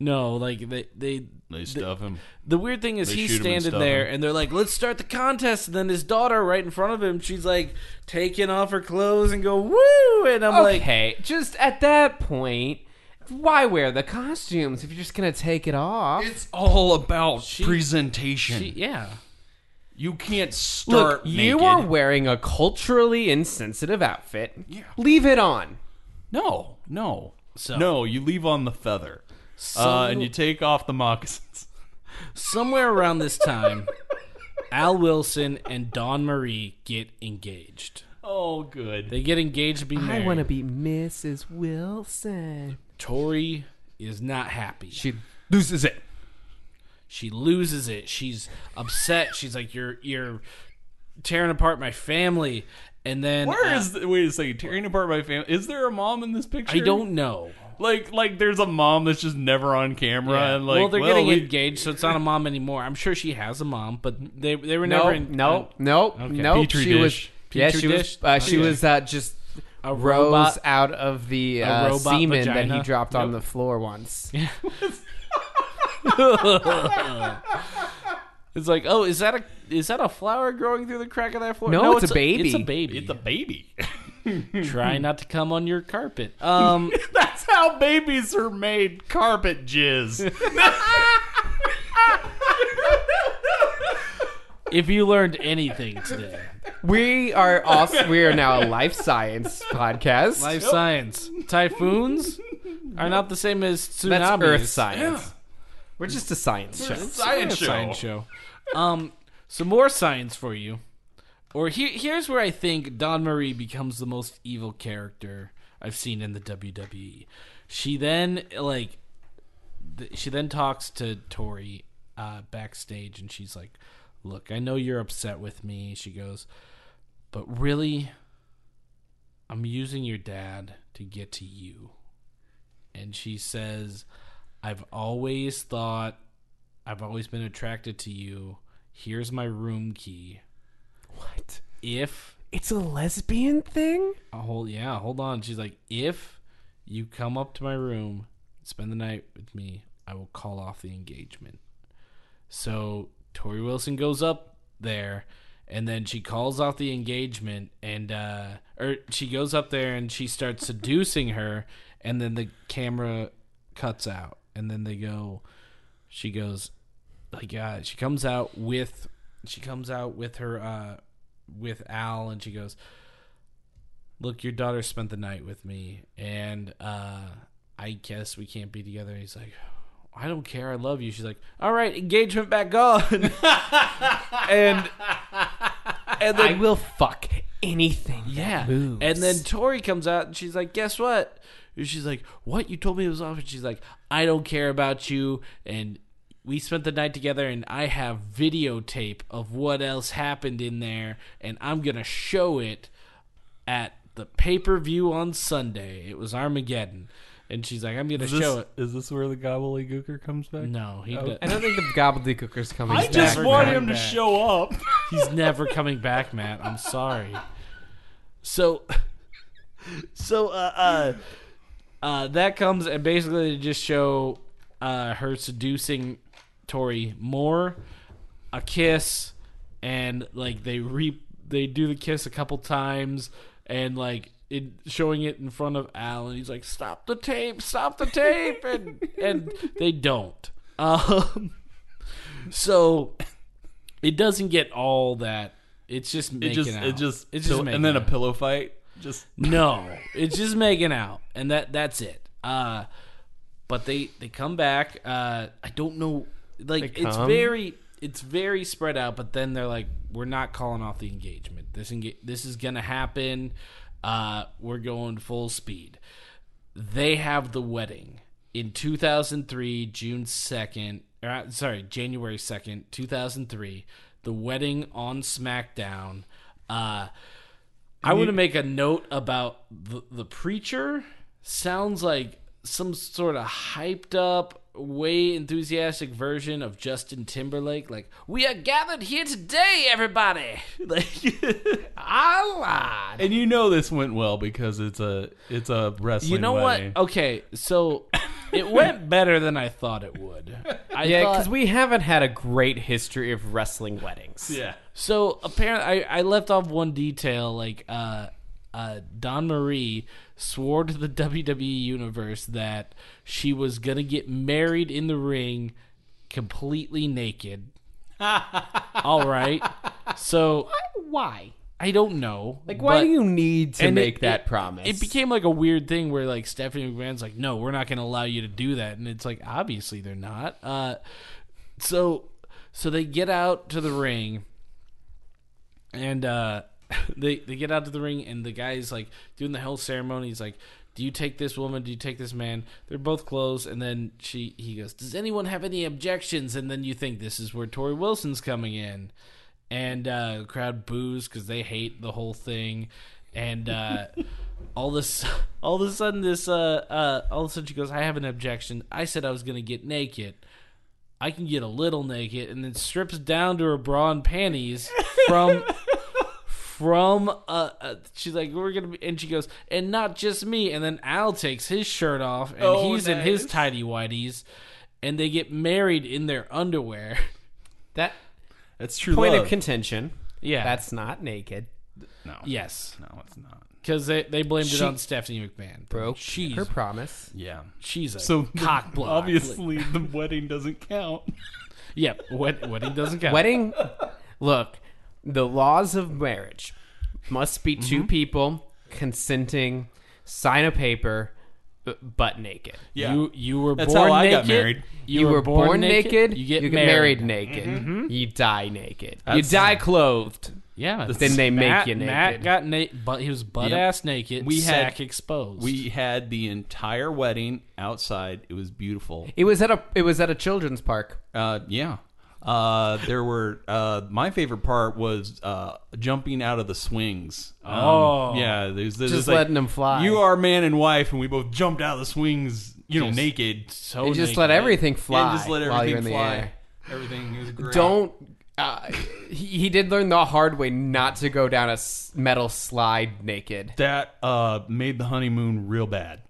S1: No, like they, they
S4: They stuff him.
S1: The weird thing is he's
S4: shoot him and
S1: standing
S4: stuff
S1: there,
S4: him.
S1: and they're like, "Let's start the contest." And then his daughter, right in front of him, she's like taking off her clothes and go woo, and I'm like,
S3: okay, just at that point, why wear the costumes if you're just gonna take it off?
S4: It's all about presentation.
S1: she- "Yeah."
S4: You can't start.
S3: Look, you
S4: naked.
S3: are wearing a culturally insensitive outfit. Leave it on.
S4: No, no,
S1: So-
S4: no. You leave on the feather, uh,
S1: Some-
S4: and you take off the moccasins.
S1: somewhere around this time, Al Wilson and Dawn Marie get engaged.
S4: Oh, good.
S1: They get engaged to be married.
S3: I want to be Mrs. Wilson.
S1: Tori is not happy. She,
S3: She loses it.
S1: loses it. She's upset. She's like, "You're you're tearing apart my family." And then
S4: Where
S1: uh,
S4: is? The, wait a second. Tearing apart my family. Is there a mom in this picture?
S1: I don't know.
S4: like. Like, there's a mom that's just never on camera, and like,
S1: well, they're getting
S4: we-
S1: engaged, so it's not a mom anymore. I'm sure she has a mom, but they they were
S3: No,
S1: never in
S3: no, no, no.
S4: Petri
S3: she
S4: dish.
S3: was. Yeah,
S1: Petri
S3: she
S1: dish?
S3: was. Uh, she
S1: Okay.
S3: was uh, just
S1: a
S3: rose
S1: robot.
S3: out of the uh,
S1: robot
S3: semen that
S1: vagina?
S3: he dropped on the floor once.
S1: It's like, oh, is that a is that a flower growing through the crack of that floor?
S3: No, it's a baby.
S1: It's a baby.
S4: It's a baby.
S1: Try not to come on your carpet. Um,
S4: That's how babies are made. Carpet jizz.
S1: if you learned anything today,
S3: We are also we are now a life science podcast.
S1: life science typhoons are not the same as tsunamis.
S3: That's earth science. We're just a science show.
S4: Science show.
S1: Science show. Um, some more science for you. Or here, here's where I think Don Marie becomes the most evil character I've seen in the WWE. She then like, th- she then talks to Tori uh, backstage, and she's like, "Look, I know you're upset with me." She goes, "But really, I'm using your dad to get to you." And she says, "I've always thought I've always been attracted to you. Here's my room key.
S3: What?
S1: If
S3: It's a lesbian thing?
S1: oh, hold yeah, hold on. She's like, if you come up to my room, spend the night with me, I will call off the engagement. So Tori Wilson goes up there and then she calls off the engagement and uh or she goes up there and she starts seducing her and then the camera cuts out and then they go she goes like uh, she comes out with she comes out with her uh with Al and she goes look your daughter spent the night with me and uh I guess we can't be together and he's like I don't care I love you she's like all right engagement back on and and then
S3: I will fuck anything.
S1: yeah.
S3: That moves.
S1: And then Tori comes out and she's like, Guess what? And she's like, What? You told me it was off. And she's like, I don't care about you. And we spent the night together and I have videotape of what else happened in there. And I'm going to show it at the pay per view on Sunday. It was Armageddon. And she's like, I'm going to
S4: Is
S1: show
S4: this,
S1: it.
S4: is this where the gobbledygooker comes back?
S1: No, he
S3: I
S1: does.
S3: don't think the gobbledygooker's coming.
S4: I just
S1: never
S4: want
S1: coming
S4: him to
S1: back.
S4: show up.
S1: He's never coming back, Matt. I'm sorry. So, so uh, uh, uh, that comes and basically they just show uh, her seducing Tori more, a kiss, and like they re they do the kiss a couple times, and like it showing it in front of Al, and he's like, "Stop the tape! Stop the tape!" and and they don't. Um, so it doesn't get all that. It's just
S4: It
S1: making
S4: just,
S1: out.
S4: it just,
S1: it's just making
S4: and then a
S1: out.
S4: pillow fight. Just
S1: No, it's just making out, and that that's it. Uh, but they they come back. Uh, I don't know. Like
S3: They
S1: it's
S3: come?
S1: very it's very spread out. But then they're like, we're not calling off the engagement. This enga- this is gonna happen. Uh, we're going full speed. They have the wedding in 2003, June 2nd. Or, uh, sorry, January 2nd, 2003. The wedding on SmackDown. Uh, I want to make a note about the, the preacher. Sounds like some sort of hyped up, way enthusiastic version of Justin Timberlake. Like, we are gathered here today, everybody. Like,
S3: Allah.
S4: and you know this went well because it's a it's a wrestling.
S1: you know
S4: wedding.
S1: what? Oh, Okay, so it went better than I thought it would. I
S3: Yeah,
S1: thought-
S3: because we haven't had a great history of wrestling weddings.
S4: Yeah.
S1: So apparently, I, I left off one detail. Like, uh, uh, Don Marie swore to the WWE universe that she was gonna get married in the ring, completely naked, All right. So
S3: Why?
S1: I don't know.
S3: Like, why
S1: but-
S3: do you need to
S1: and it-
S3: make that
S1: it-
S3: promise?
S1: It became like a weird thing where like Stephanie McMahon's like, "No, we're not going to allow you to do that," and it's like obviously they're not. Uh, so, so they get out to the ring, and uh, they they get out to the ring, and the guy's like doing the whole ceremony. He's like. Do you take this woman? Do you take this man? They're both close, and then she he goes, "Does anyone have any objections?" And then you think this is where Tori Wilson's coming in, and uh, the crowd boos because they hate the whole thing. And uh, all this, all of a sudden, this, uh, uh, all of a sudden, she goes, "I have an objection. I said I was going to get naked. I can get a little naked." And then strips down to her bra and panties from. From uh, uh, she's like, we're gonna be, and she goes, and not just me. And then Al takes his shirt off, and
S2: Oh,
S1: he's in his
S2: nice.
S1: tidy whities, and they get married in their underwear.
S3: that
S2: That's true
S3: point
S2: love.
S3: of contention.
S1: Yeah,
S3: That's not naked.
S4: No.
S1: yes.
S4: No, it's not.
S1: Because they, they blamed it
S3: She-
S1: on Stephanie McMahon.
S3: Broke
S1: She's,
S3: her promise.
S4: Yeah.
S1: she's a
S2: So
S1: cock block.
S2: Obviously, the wedding doesn't count.
S1: Yep. Wed- wedding doesn't count.
S3: Wedding. Look, the laws of marriage must be
S1: Mm-hmm.
S3: two people consenting, sign a paper, b- butt naked.
S2: Yeah.
S1: You you were
S2: That's
S1: born
S2: how I
S1: naked.
S2: got married.
S1: You,
S3: You
S1: were, born, naked, You get married. Mm-hmm.
S3: naked. You die naked. you
S2: That's-
S3: die clothed.
S1: Yeah.
S3: Then they make
S1: Matt,
S3: you naked.
S1: Matt got na- but he was butt
S2: Yep.
S1: ass naked.
S2: We had-
S1: sack exposed.
S2: we had the entire wedding outside. It was beautiful.
S3: It was at a it was at a children's park.
S2: Uh, yeah. Uh, there were. Uh, my favorite part was uh, jumping out of the swings. Um,
S1: Oh.
S2: yeah. There's, there's
S3: Just
S2: like,
S3: letting 'em fly.
S2: You are man and wife, and we both jumped out of the swings. You know,
S1: Just
S2: naked.
S1: so
S3: They just
S1: naked.
S3: let everything fly
S2: And just let
S3: while you're in
S2: everything
S3: the
S2: fly.
S3: air.
S2: Everything is great.
S3: Don't. Uh, he, he did learn the hard way not to go down a s- metal slide naked.
S2: That uh, made the honeymoon real bad.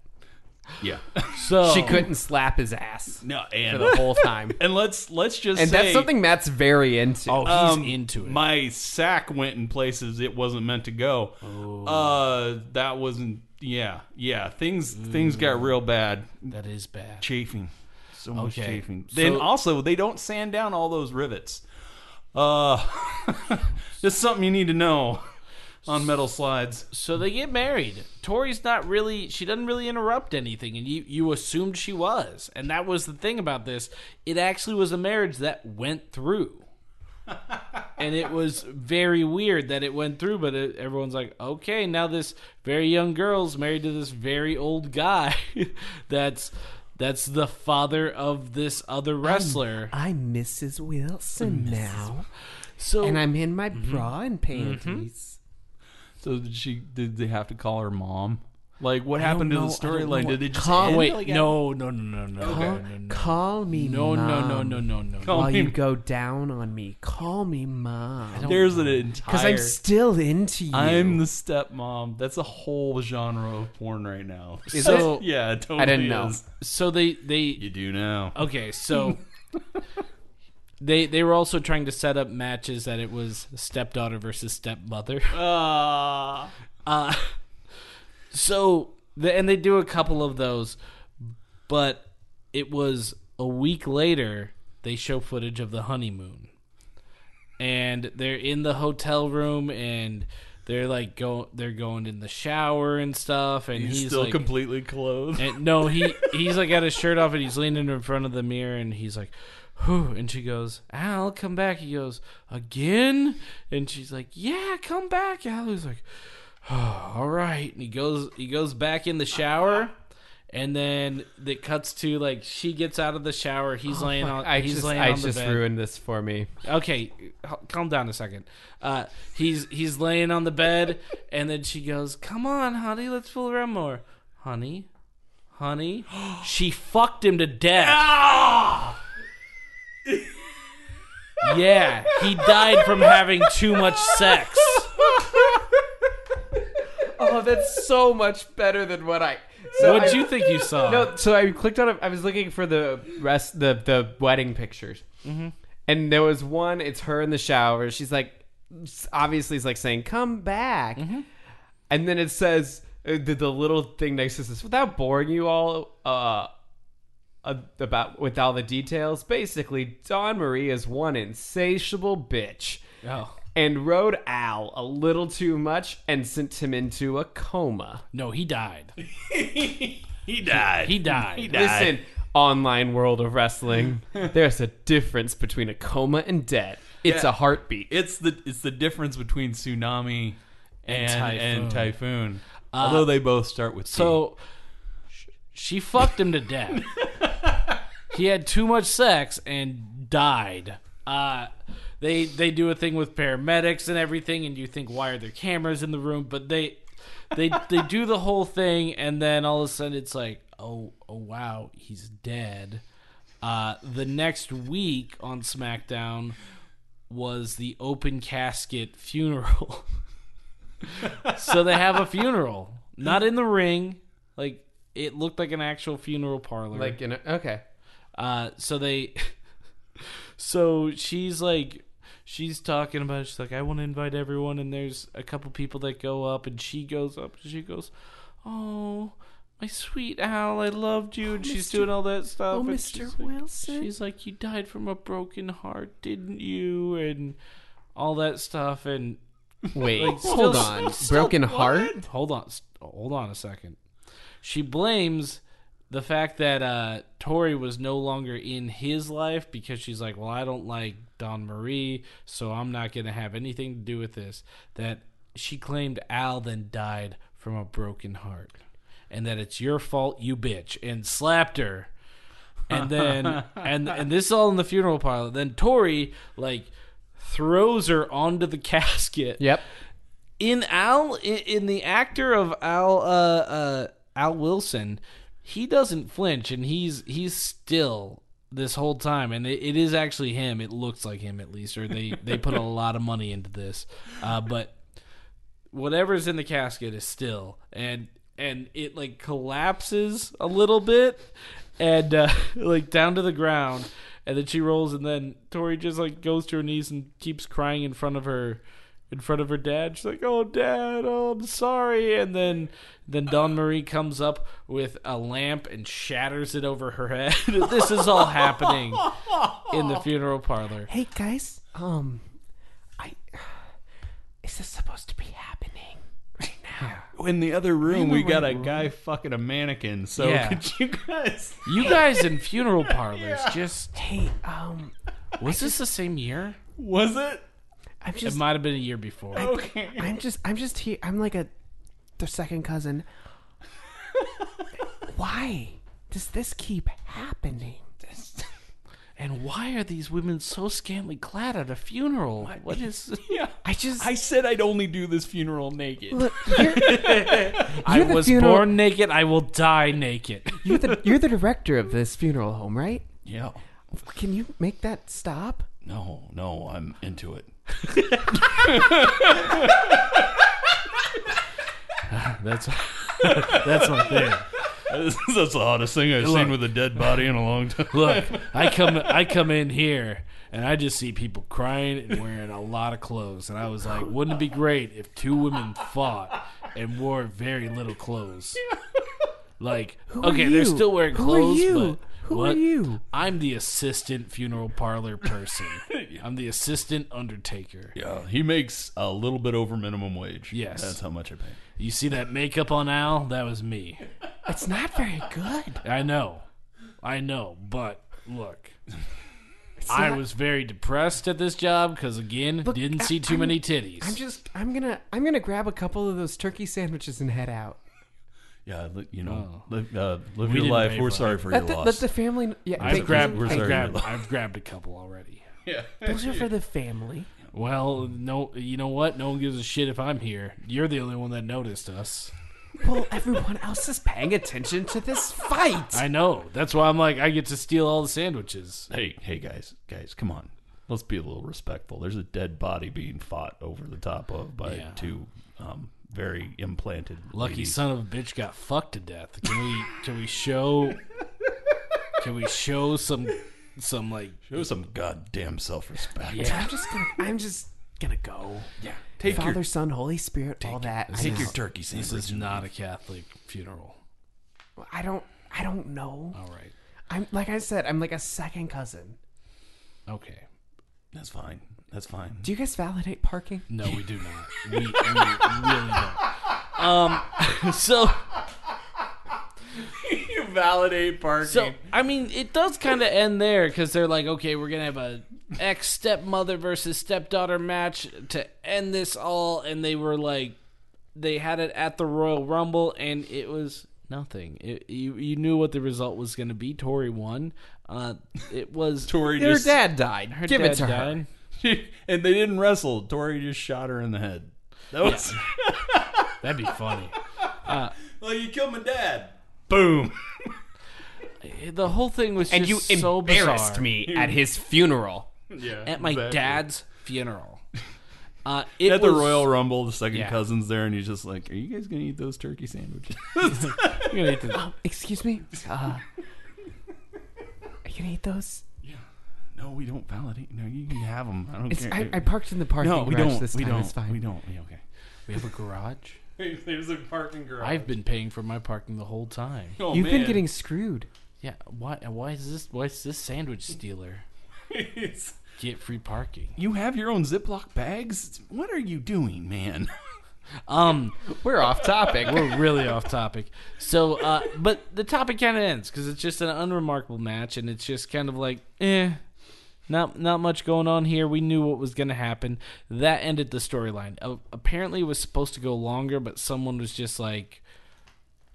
S2: Yeah.
S1: So
S3: She couldn't slap his ass
S2: no.
S3: for
S2: And
S3: the whole time.
S2: and let's let's just
S3: And
S2: say,
S3: that's something Matt's very into.
S1: Oh, he's
S2: Um,
S1: into it.
S2: My sack went in places it wasn't meant to go.
S3: Oh.
S2: Uh, that wasn't. Yeah, yeah. Things things
S3: Mm.
S2: got real bad.
S1: that is bad.
S2: Chafing, so much
S1: Okay,
S2: chafing.
S1: so-
S2: Then also they don't sand down all those rivets. Uh, just something you need to know on metal slides.
S1: So they get married. Tori's not really she doesn't really interrupt anything and you you assumed she was. And that was the thing about this. It actually was a marriage that went through. and it was very weird that it went through, but it, everyone's like, "Okay, now this very young girl's married to this very old guy that's that's the father of this other wrestler."
S3: I'm Mrs. Wilson now,
S1: so
S3: I'm in my
S1: Mm-hmm.
S3: bra and panties.
S2: So did she? Did they have to call her mom? Like what happened to
S1: know.
S2: the
S1: I don't
S2: storyline?
S1: know.
S2: Did they just
S3: Call-
S2: end?
S1: wait, no, no, no, no, no, no, no, no.
S3: Call me
S1: No, no, no, no, no, no.
S2: Call me-
S3: go down on me. Call me mom.
S2: There's an entire.
S3: still into you.
S2: I'm the stepmom. That's a whole genre of porn right now.
S1: so
S2: yeah, it totally.
S3: I didn't know.
S2: is.
S1: so they they
S2: You do now.
S1: Okay, so they they were also trying to set up matches that it was stepdaughter versus stepmother.
S2: Uh,
S1: Uh, so the, and they do a couple of those, but it was a week later they show footage of the honeymoon, and they're in the hotel room and. They're like go they're going in the shower and stuff and he's,
S2: he's, still
S1: like,
S2: completely clothed.
S1: and no, he he's like got his shirt off and he's leaning in front of the mirror and he's like, "Whew!" And she goes, "Al, come back." He goes, "Again?" And she's like, "Yeah, come back." Al He's like, oh, "All right." And he goes he goes back in the shower. And then it cuts to like she gets out of the shower. He's laying on.
S3: Oh I
S1: he's
S3: just,
S1: laying
S3: I
S1: on the
S3: just
S1: bed
S3: ruined this for me.
S1: okay h- calm down a second uh he's he's laying on the bed and then she goes come on honey let's fool around more honey honey she fucked him to death yeah he died from having too much sex
S3: Oh, that's so much better than what I. So
S1: what'd
S3: I-
S1: you think you saw
S3: No, so I clicked on. it. I was looking for the rest, the the wedding pictures,
S1: Mm-hmm.
S3: and there was one. It's her in the shower. She's like, obviously, is like saying, "Come back,"
S1: Mm-hmm.
S3: and then it says uh, the, the little thing next to this. Without boring you all, uh, uh, about with all the details. Basically, Dawn Marie is one insatiable bitch
S1: Oh.
S3: and rode Al a little too much and sent him into a coma.
S1: No, he died.
S4: He died.
S1: He died.
S4: He died.
S3: Listen, online world of wrestling, there's a difference between a coma and dead. It's
S2: Yeah.
S3: a heartbeat.
S2: It's the it's the difference between tsunami and
S1: typhoon. Uh,
S2: and typhoon. Although they both start with
S1: So she fucked him to death. he had too much sex and died. Uh, they they do a thing with paramedics and everything, and you think why are there cameras in the room? But they they they do the whole thing, and then all of a sudden it's like oh oh wow he's dead. Uh, the next week on SmackDown was the open casket funeral. so they have a funeral, not in the ring. Like it looked like an actual funeral parlor.
S3: like in a, okay.
S1: Uh, so they, so she's like, she's talking about. She's like, I want to invite everyone, and there's a couple people that go up, and she goes up, and she goes, oh. My sweet Al, I loved you, and she's doing all that stuff. and she's like- She's like, you died from a broken heart, didn't you? And all that stuff. And
S3: Wait,
S1: still-
S3: hold on.
S1: still-
S3: Broken heart?
S1: hold on s- hold on a second she blames the fact that uh tori was no longer in his life because she's like well i don't like don marie so i'm not gonna have anything to do with this that she claimed al then died from a broken heart and that it's your fault you bitch and slapped her and then and and this is all in the funeral parlor then tori like throws her onto the casket
S3: Yep.
S1: in Al in, in the actor of Al uh, uh, Al Wilson, he doesn't flinch and he's he's still this whole time and it, it is actually him. It looks like him at least, or they they put a lot of money into this, uh, but whatever's in the casket is still and and it like collapses a little bit and uh, like down to the ground and then she rolls and then tori just like goes to her knees and keeps crying in front of her in front of her dad she's like oh dad oh i'm sorry and then then don marie comes up with a lamp and shatters it over her head this is all happening in the funeral parlor
S3: Hey guys, um, I is this supposed to be happening right now?
S2: in the other room
S3: the
S2: we got a
S3: right
S2: guy fucking a mannequin. So
S1: Yeah.
S2: could you guys
S1: you guys in funeral parlors just
S3: Hey, um,
S1: was this the same year
S2: was it?
S3: I'm
S1: It
S3: just,
S1: might have been a year before.
S2: Okay.
S3: I'm just, I'm just here. I'm like a their second cousin. Why does this keep happening?
S1: And why are these women so scantily clad at a funeral? What is?
S2: Yeah.
S3: I just
S2: I said I'd only do this funeral naked.
S3: look. You're,
S1: I
S3: You're the
S1: was
S3: funeral-
S1: born naked. I will die naked.
S3: you're the you're the director of this funeral home, right?
S4: Yeah.
S3: Can you make that stop?
S4: No, no, I'm into it.
S1: That's that's my thing.
S4: That's the hottest thing I've seen with a dead body in a long time.
S1: Look, I come I come in here and I just see people crying and wearing a lot of clothes, and I was like, wouldn't it be great if two women fought and wore very little clothes? Like,
S3: are
S1: okay, they're
S3: you?
S1: still wearing
S3: Who are
S1: clothes,
S3: you?
S1: but
S3: Who are
S1: what-
S3: you?
S1: I'm the assistant funeral parlor person. I'm the assistant undertaker.
S4: Yeah, he makes a little bit over minimum wage.
S1: Yes.
S4: That's how much I pay.
S1: You see that makeup on Al? That was me.
S3: It's not very good.
S1: I know. I know, but look. I was very depressed at this job because, again, didn't
S3: I-
S1: see too
S3: I'm-
S1: many titties.
S3: I'm just I'm gonna I'm gonna grab a couple of those turkey sandwiches and head out.
S4: Yeah, li- you know, live, uh, live your
S1: didn't
S4: life.
S1: pay
S4: We're
S1: for
S4: sorry for your
S3: Let the,
S4: loss.
S3: let the family. Yeah,
S1: I've,
S3: thank
S1: grabbed,
S3: you.
S4: we're
S1: I've,
S4: sorry.
S1: grabbed, I've grabbed a couple already.
S3: Those are for the family.
S1: Well, no, you know what? No one gives a shit if I'm here. You're the only one that noticed us.
S3: Well, everyone else is paying attention to this fight.
S1: I know. That's why I'm like, I get to steal all the sandwiches.
S4: hey, hey, guys, guys, come on. Let's be a little respectful. There's a dead body being fought over the top of by
S1: Yeah.
S4: two um, very implanted.
S1: Lucky
S4: ladies.
S1: son of a bitch got fucked to death. Can we can we show can we show some some like
S4: Show some goddamn self-respect.
S3: I'm just gonna I'm just gonna go.
S4: Yeah. Take
S3: Father,
S4: your
S3: Son, Holy Spirit, all that. I'm
S4: take your
S3: out.
S4: turkey sandwich.
S1: this is not a Catholic funeral.
S3: I don't I don't know.
S1: All right.
S3: I'm like I said, I'm like a second cousin.
S1: Okay.
S4: That's fine. That's fine.
S3: Do you guys validate parking?
S1: No, we do not. We, we really don't. Um, so
S2: you validate parking.
S1: so I mean, it does kind of end there because they're like, okay, we're gonna have a ex stepmother versus stepdaughter match to end this all, and they were like, they had it at the Royal Rumble, and it was nothing. It, you you knew what the result was gonna be. Tori won. Uh, it was
S4: Tori
S3: Her
S4: just
S3: dad died.
S1: her
S3: Give
S1: dad
S3: it to her.
S1: died.
S4: and they didn't wrestle. Tori just shot her in the head. That was
S1: That'd be funny.
S2: well, you killed my dad.
S4: boom.
S1: The whole thing was
S3: And you
S1: just so
S3: embarrassed
S1: bizarre.
S3: me at his funeral.
S4: Yeah.
S1: at my
S4: exactly.
S1: dad's funeral. Uh, it
S4: At the
S1: was-
S4: Royal Rumble, the second
S1: Yeah.
S4: cousin's there, and he's just like, "Are you guys gonna eat those turkey sandwiches?"
S1: You're gonna eat the-
S3: Oh, Excuse me? Uh, are you gonna eat those?
S4: no, we don't validate. No, you can have them. I don't
S3: It's,
S4: care.
S3: I, I parked in the parking
S4: no, we
S3: garage
S4: don't.
S3: this
S4: we
S3: time.
S4: don't.
S3: It's fine.
S4: We don't. Yeah, okay.
S1: we have a garage.
S2: There's a parking garage.
S1: I've been paying for my parking the whole time.
S2: Oh,
S3: You've been
S2: man.
S3: getting screwed.
S1: Yeah, why? Why is this? Why is this sandwich stealer
S2: It's-
S1: get free parking?
S4: You have your own Ziploc bags. What are you doing, man?
S1: Um,
S3: We're off topic.
S1: we're really off topic. So, uh, but the topic kind of ends because it's just an unremarkable match, and it's just kind of like, eh, not not much going on here. We knew what was going to happen. That ended the storyline. Uh, apparently, it was supposed to go longer, but someone was just like,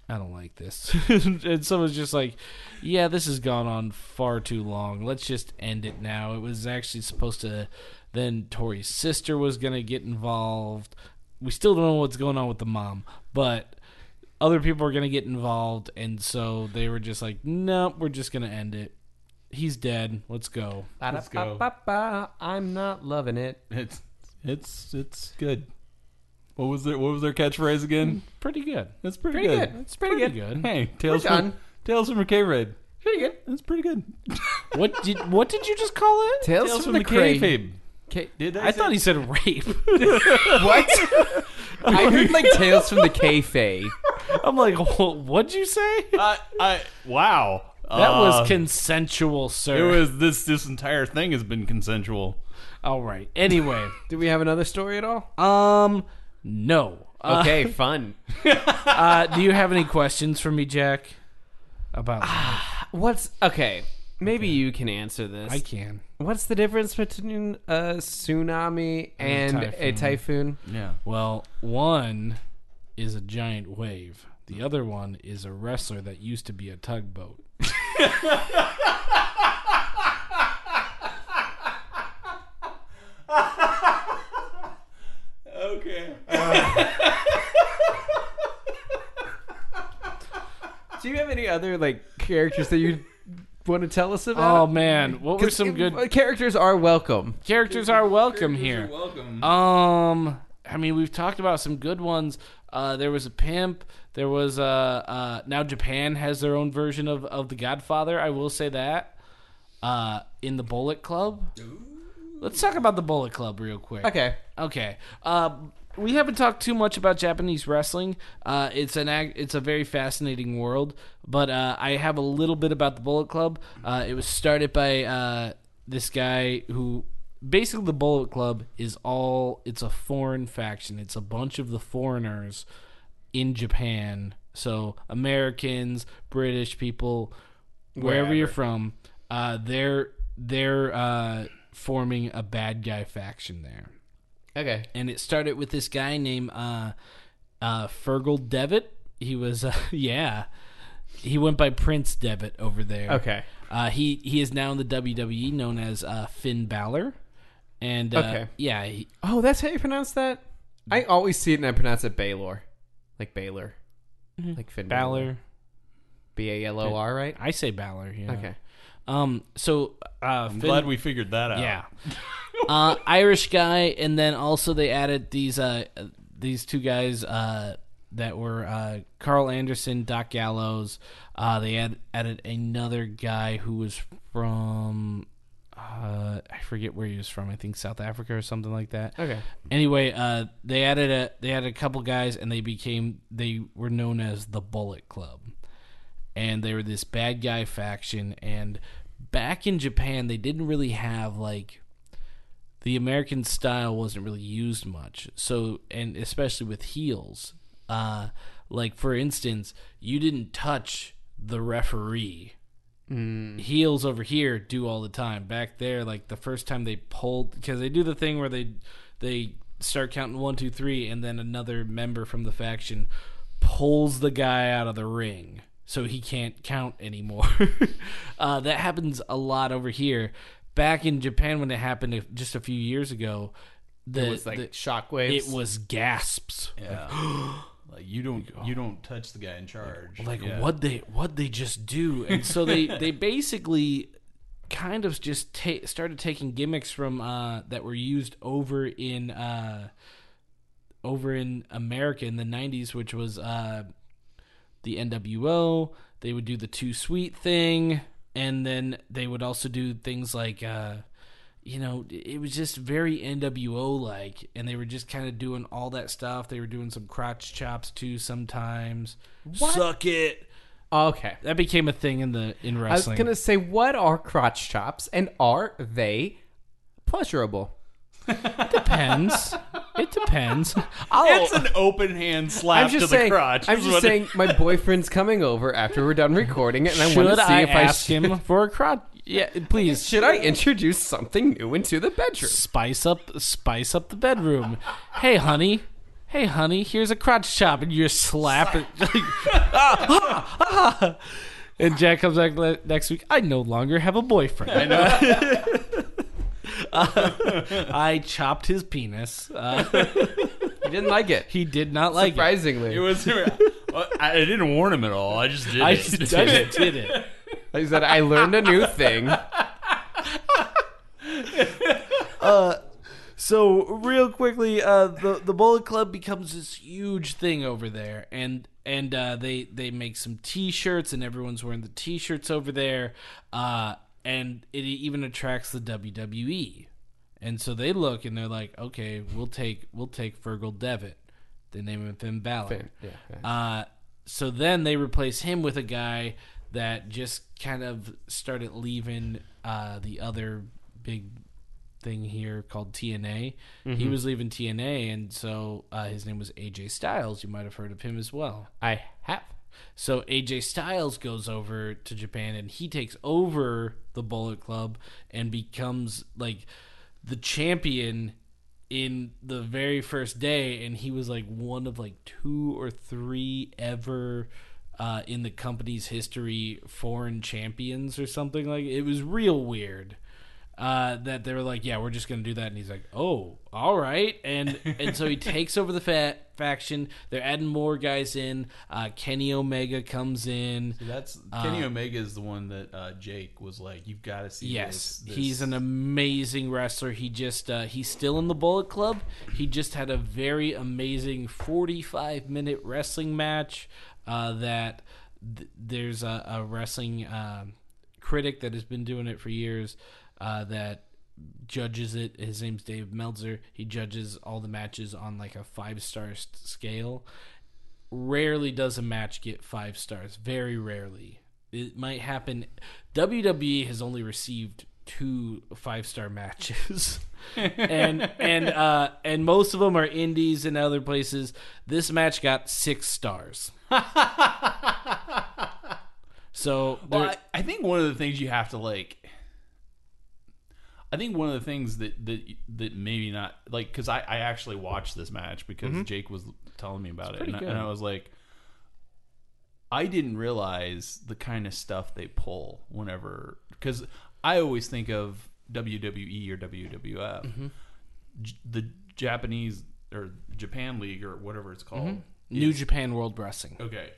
S1: I don't like this, and someone's just like, yeah, this has gone on far too long. Let's just end it now. It was actually supposed to. Then Tori's sister was going to get involved. We still don't know what's going on with the mom, but other people are going to get involved, and so they were just like, nope, we're just going to end it. He's dead. Let's go.
S3: Let's go. I'm not loving it.
S4: It's it's it's good. What was their What was their catchphrase again?
S1: Pretty good.
S4: That's pretty,
S3: Pretty
S4: good.
S3: good. It's pretty,
S1: Pretty
S3: good.
S1: good.
S4: Hey, Tales
S3: We're
S4: from
S3: done.
S4: Tales from K Raid.
S3: Pretty good.
S4: That's pretty good.
S1: What did what did you just call it?
S3: Tales,
S4: Tales
S3: from, the
S4: K
S3: Crave.
S4: Fabe.
S3: Ca-
S4: Did
S1: I thought he said rape.
S3: What? I heard like Tales from the Cafe.
S1: I'm like, "Wha- what'd you say? That
S4: I, I wow.
S1: was
S4: Uh,
S1: consensual, sir.
S4: it was this this entire thing has been consensual.
S1: All right. Anyway,
S3: Do we have another story at all?
S1: um, no. Uh,
S3: Okay, fun.
S1: uh, do you have any questions for me, Jack? About
S3: What's okay? Maybe you can answer this.
S1: I can.
S3: What's the difference between a tsunami and a
S1: typhoon.
S3: typhoon?
S4: Yeah.
S1: Well, one is a giant wave. The other one is a wrestler that used to be a tugboat.
S2: okay.
S3: Do you have any other like characters that you want to tell us
S1: Oh
S3: about?
S1: man, what were
S3: 'Cause
S1: some good
S3: it- characters are welcome.
S1: characters are welcome
S2: You're
S1: here?
S2: welcome.
S1: Um, I mean, we've talked about some good ones. Uh, there was a pimp. There was a uh, now Japan has their own version of of the Godfather. I will say that uh, in the Bullet Club. Let's talk about the Bullet Club real quick.
S3: Okay.
S1: Okay. Uh, we haven't talked too much about Japanese wrestling. Uh, it's an ag- it's a very fascinating world, but uh, I have a little bit about the Bullet Club. Uh, it was started by uh, this guy who basically the Bullet Club is all it's a foreign faction. It's a bunch of the foreigners in Japan. So Americans, British people, wherever, you're from, uh, they're they're uh, forming a bad guy faction there
S3: Okay.
S1: and it started with this guy named uh, uh, Fergal Devitt. He was, uh, yeah, he went by Prince Devitt over there.
S3: Okay.
S1: uh, he he is now in the WWE, known as uh, Finn Balor, and uh,
S3: Okay.
S1: yeah, he,
S3: Oh, that's how you pronounce that. I always see it and I pronounce it Baylor, like Baylor, like Finn
S1: Balor.
S3: B a l o r, right?
S1: I say Balor. Yeah.
S3: Okay.
S1: Um. So uh, Finn,
S4: I'm glad we figured that out.
S1: yeah, uh, Irish guy, and then also they added these uh these two guys uh that were uh Carl Anderson, Doc Gallows. Uh, they had added another guy who was from uh I forget where he was from. I think South Africa or something like that.
S3: Okay.
S1: Anyway, uh, they added a they added a couple guys, and they became they were known as the Bullet Club and they were this bad guy faction. And back in Japan, they didn't really have like the American style wasn't really used much. So, and especially with heels, uh, like for instance, you didn't touch the referee.
S3: Mm-hmm.
S1: Heels over here do all the time. Back there, like the first time they pulled, because they do the thing where they they start counting one, two, three, and then another member from the faction pulls the guy out of the ring so he can't count anymore. uh, that happens a lot over here. Back in Japan, when it happened a- just a few years ago, the,
S3: It was like
S1: the- it
S3: shockwaves.
S1: was gasps.
S2: Yeah. like you don't
S4: oh.
S2: you don't touch the guy in charge.
S1: Like
S2: Yeah.
S1: what they what they just do, and so they they basically kind of just ta- started taking gimmicks from uh, that were used over in uh, over in America in the '90s, which was uh, the NWO. They would do the too sweet thing, and then they would also do things like, uh, you know, it was just very NWO like, and they were just kind of doing all that stuff. They were doing some crotch chops too sometimes. Suck it.
S3: okay.
S1: That became a thing in the in
S3: I was
S1: wrestling.
S3: gonna say, what are crotch chops, and are they pleasurable?
S1: depends. it depends.
S2: It's an open hand slap
S3: I'm just
S2: to
S3: saying.
S2: the crotch.
S3: I'm
S2: is
S3: just
S2: what-
S3: saying. My boyfriend's coming over after we're done recording it, and I
S1: Should
S3: want to see
S1: I
S3: if
S1: ask
S3: I
S1: him for a crotch? Yeah, please.
S3: should I introduce something new into the bedroom.
S1: spice up spice up the bedroom. hey honey. Hey honey, here's a crotch chop and you're slapping And Jack comes back le- next week. I no longer have a boyfriend. I know. I chopped his penis. Uh,
S3: He didn't like it.
S1: he did not like it.
S3: Surprisingly,
S4: It was. Well, I I didn't warn him at all. I just did
S1: I
S4: it.
S1: just did it. Did it.
S3: he said, "I learned a new thing."
S1: So real quickly, uh, the the Bullet Club becomes this huge thing over there, and and uh, they they make some T-shirts, and everyone's wearing the T-shirts over there, uh, and it even attracts the WWE, and so they look and they're like, okay, we'll take we'll take Fergal Devitt, they name him Finn Balor,
S3: Yeah, yeah.
S1: uh, so then they replace him with a guy that just kind of started leaving uh, the other big thing here called TNA. He was leaving TNA, and so uh, his name was AJ Styles. You might have heard of him as well.
S3: I have.
S1: So AJ Styles goes over to Japan and he takes over the Bullet Club and becomes like the champion in the very first day and he was like one of like two or three ever uh, in the company's history foreign champions or something like it was real weird uh, that they were like, "Yeah, we're just gonna do that," and he's like, "Oh, all right," and and so he takes over the fat faction. They're adding more guys in. Uh, Kenny Omega comes in.
S2: That's
S1: Um,
S2: Kenny Omega is the one that uh, Jake was like, you've got to see.
S1: Yes,
S2: this, this."
S1: he's an amazing wrestler. He just uh, he's still in the Bullet Club. He just had a very amazing forty-five minute wrestling match. Uh, that th- there's a, a wrestling um critic that has been doing it for years. Uh, that judges it. His name's Dave Meltzer. He judges all the matches on like a five-star s- scale, rarely does a match get five stars. Very rarely. It might happen. WWE has only received two five star matches, and and uh, and most of them are indies and other places. This match got six stars. so there-
S2: Well, I, I think one of the things you have to like. I think one of the things that that that maybe not like because I I actually watched this match because Jake was telling me about it and I, and I was like, I didn't realize the kind of stuff they pull whenever because I always think of WWE or WWF, J- the Japanese or Japan League or whatever it's called.
S1: New Japan World Wrestling.
S2: Okay,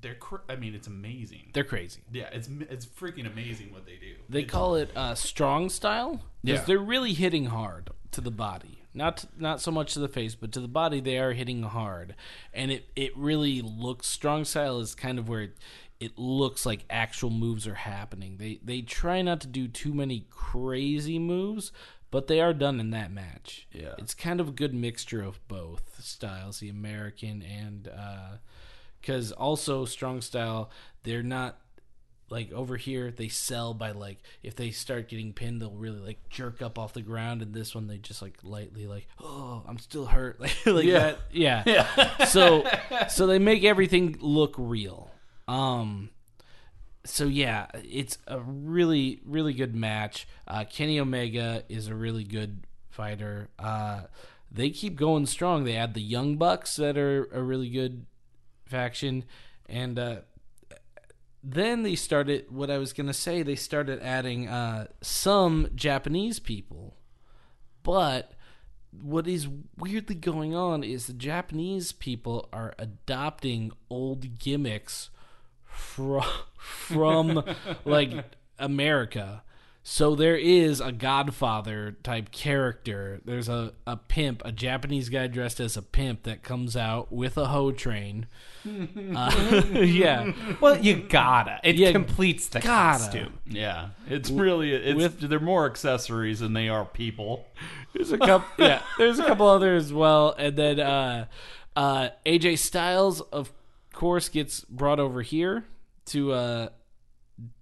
S2: they're cr- I mean it's amazing.
S1: They're crazy.
S2: Yeah, it's it's freaking amazing what they do.
S1: They call it uh, strong style because
S2: Yeah.
S1: they're really hitting hard to the body. Not not so much to the face, but to the body they are hitting hard, and it it really looks strong style is kind of where it, it looks like actual moves are happening. They they try not to do too many crazy moves, but they are done in that match.
S2: Yeah.
S1: it's kind of a good mixture of both styles, the American and. Uh, because also strong style they're not like over here they sell by like if they start getting pinned they'll really like jerk up off the ground and this one they just like lightly like oh i'm still hurt like, like
S2: Yeah.
S1: that yeah yeah so so they make everything look real um so yeah it's a really really good match uh kenny omega is a really good fighter uh they keep going strong they add the young bucks that are a really good faction and uh then they started what I was gonna say. They started adding uh, some Japanese people, but what is weirdly going on is the Japanese people are adopting old gimmicks from from like America. So there is a Godfather type character. There's a, a pimp, a Japanese guy dressed as a pimp that comes out with a hoe train. Uh, yeah.
S3: Well, you gotta. It
S1: You
S3: completes the
S1: gotta.
S3: costume.
S2: Yeah, it's really it's they're more accessories than they are people.
S1: There's a couple. yeah, there's a couple others as well, and then uh, uh, AJ Styles, of course, gets brought over here to uh,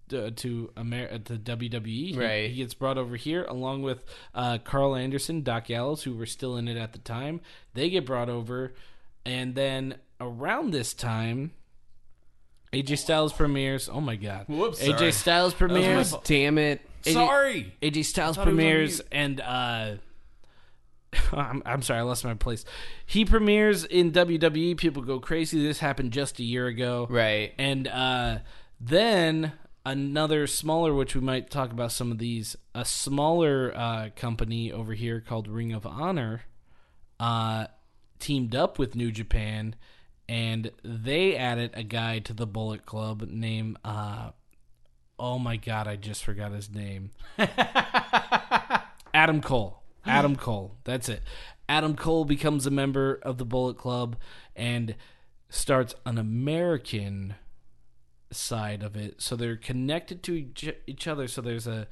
S1: d- to Amer- uh, to WWE. He-
S3: Right.
S1: he gets brought over here along with uh, Carl Anderson, Doc Gallows, who were still in it at the time. They get brought over, and then around this time. AJ Styles premieres. Oh my God!
S2: Whoops,
S1: AJ
S2: sorry.
S1: Styles premieres.
S3: Damn it.
S2: Sorry,
S1: AJ Styles
S2: it was on
S1: premieres
S2: mute.
S1: and uh I'm, I'm sorry, I lost my place. He premieres in WWE. People go crazy. This happened just a year ago,
S3: Right.
S1: And uh, then another smaller, which we might talk about some of these, a smaller uh, company over here called Ring of Honor, uh, teamed up with New Japan, and they added a guy to the Bullet Club named. Uh, oh my god, I just forgot his name. Adam Cole. Adam Cole. That's it. Adam Cole becomes a member of the Bullet Club and starts an American side of it. So they're connected to each- each other. So there's a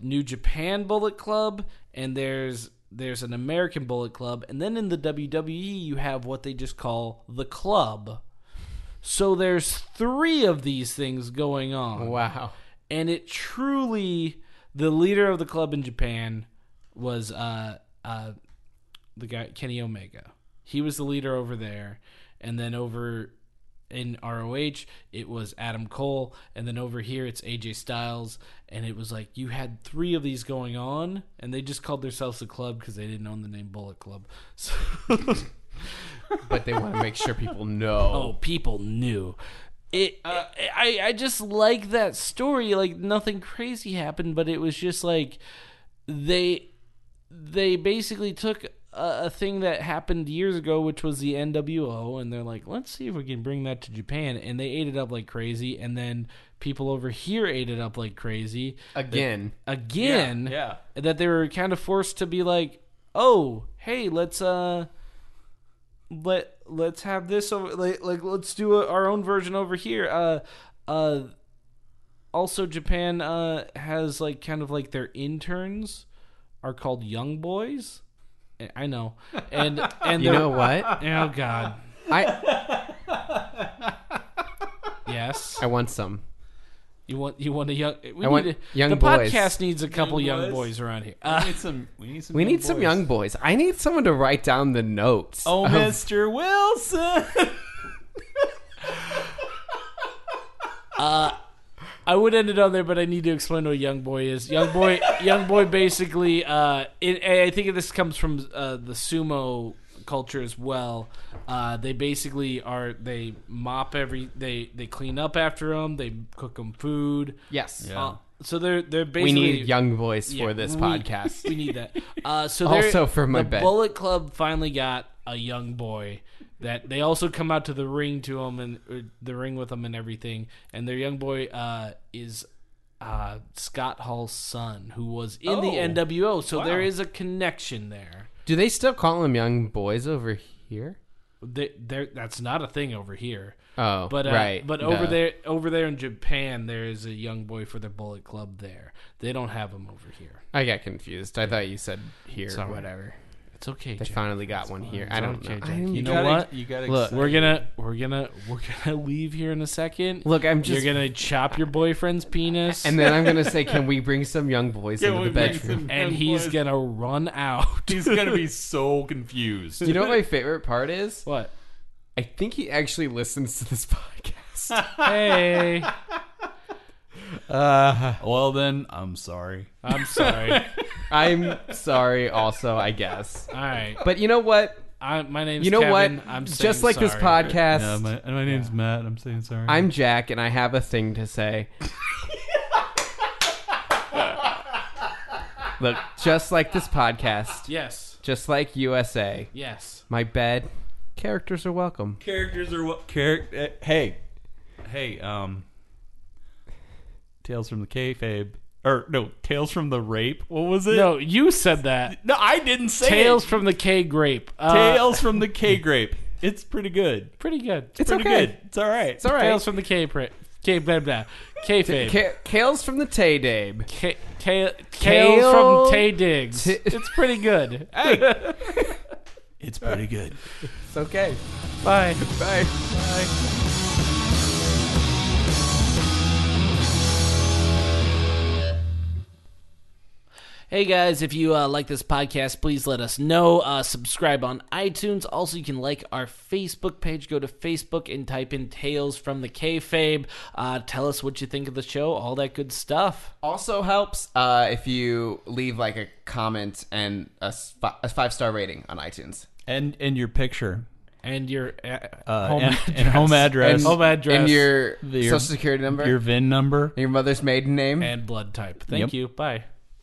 S1: New Japan Bullet Club and there's there's an American Bullet Club and then in the WWE you have what they just call the club. So there's 3 of these things going on
S3: Wow.
S1: and it truly the leader of the club in Japan was uh uh the guy Kenny Omega. He was the leader over there, and then over in ROH it was Adam Cole, and then over here it's AJ Styles, and it was like you had three of these going on, and they just called themselves the club because they didn't own the name Bullet Club. So
S3: But they want to make sure people know.
S1: oh, people knew. It, I, I just like that story. Like nothing crazy happened, but it was just like they, they basically took a, a thing that happened years ago, which was the NWO, and they're like, let's see if we can bring that to Japan, and they ate it up like crazy, and then people over here ate it up like crazy
S3: Again.
S1: again
S2: Yeah,
S1: that they were kind of forced to be like, "Oh, hey, let's uh let let's have this over like, like let's do a, our own version over here." Uh uh also Japan uh has like kind of like their interns are called young boys. I- I know. And and
S3: You
S1: they're-
S3: know what?
S1: Oh god.
S3: I
S1: Yes.
S3: I want some.
S1: You want you want a young we
S3: I want
S1: need a-
S3: young
S1: The
S3: boys.
S1: podcast needs a couple young,
S2: boys?
S1: boys around here.
S2: we
S1: Uh,
S2: need some. We need some.
S3: We need some young boys. I need someone to write down the notes. Um,
S2: Oh, Mr. Wilson.
S1: I would end it on there, but I need to explain what young boy is. Young boy, young boy, basically. Uh, it, and I think this comes from uh, the sumo culture as well. Uh, they basically are they mop every they they clean up after them. They cook them food.
S3: Yes.
S1: Uh, so they're they're
S3: We
S1: basically
S3: need young voice
S1: yeah,
S3: for this
S1: we-
S3: podcast.
S1: We need that. Uh, so
S3: Also
S1: they're-
S3: for my
S1: the
S3: bed.
S1: Bullet Club finally got a young boy that they also come out to the ring to him and or the ring with him and everything. And their young boy uh, is uh, Scott Hall's son, who was in the
S2: Oh.
S1: NWO. So there is a connection there.
S3: Do they still call them young boys over here?
S1: They, there, that's not a thing over here.
S3: Oh,
S1: But uh,
S3: right.
S1: but over
S3: Duh.
S1: there, over there in Japan, there is a young boy for the Bullet Club. There, they don't have him over here.
S3: I got confused. I thought you said here,
S1: all right.
S3: whatever.
S1: It's okay.
S3: They
S1: Jack.
S3: finally got one here. I don't
S1: okay,
S3: know.
S1: Jack.
S3: I didn't
S1: You
S2: You
S1: know
S2: gotta-
S1: what?
S2: You gotta
S3: Look,
S2: accept-
S1: We're gonna we're gonna we're gonna leave here in a second.
S3: Look, I'm just-
S1: you're gonna chop your boyfriend's penis,
S3: And then I'm gonna say, can we bring some young boys
S2: Yeah,
S3: into
S2: we
S3: the
S2: bring
S3: bedroom?
S2: some-
S1: and he's
S2: Boys.
S1: gonna run out.
S2: He's gonna be so confused.
S3: You know what my favorite part is?
S1: What?
S3: I think he actually listens to this podcast.
S1: Hey,
S2: well then, I'm sorry.
S1: I'm sorry. All
S3: I'm sorry, also, I guess.
S1: right,
S3: But you know what?
S1: I, my name's
S3: You know
S1: Kevin.
S3: what?
S1: I'm
S3: just
S1: saying
S3: like this
S1: sorry.
S3: podcast,
S2: Yeah, my, and my name's Matt. I'm saying sorry.
S3: I'm Jack, and I have a thing to say. Look, just like this podcast,
S1: Yes,
S3: just like USA,
S1: yes.
S3: my bed, characters are welcome.
S2: characters are what character. eh, Hey, hey, um, Tales from the Kayfabe, or no, Tales from the Rape. What was it?
S1: No, you said that.
S2: No, I didn't say
S1: Tales
S2: it.
S1: from the K grape. Uh,
S2: Tales from the K Grape. It's pretty good.
S1: pretty good.
S3: It's
S2: Pretty
S3: okay.
S2: good. It's all right.
S3: It's all right.
S1: Tales from the K print. K blah blah. K fave.
S3: Ca- Kales from the Tay Dabe.
S1: K- Kale, Kale from Tay Diggs.
S3: T-
S1: it's pretty good.
S2: It's pretty good.
S3: It's okay.
S1: Bye.
S3: Bye.
S1: Hey guys, if you uh, like this podcast, please let us know. Uh, subscribe on iTunes. Also, you can like our Facebook page. Go to Facebook and type in Tales from the Kayfabe. Uh, tell us what you think of the show, all that good stuff.
S3: Also helps uh, if you leave like a comment and a, sp- a five star rating on iTunes.
S2: And and your picture,
S1: And your uh,
S2: uh,
S1: home
S2: and,
S1: address.
S2: and home address,
S1: home address.
S3: And your
S2: The- your-
S3: social security number.
S2: your
S3: Your,
S2: VIN number.
S3: mother's maiden name.
S1: and blood type. Thank
S2: Yep.
S1: you. Bye.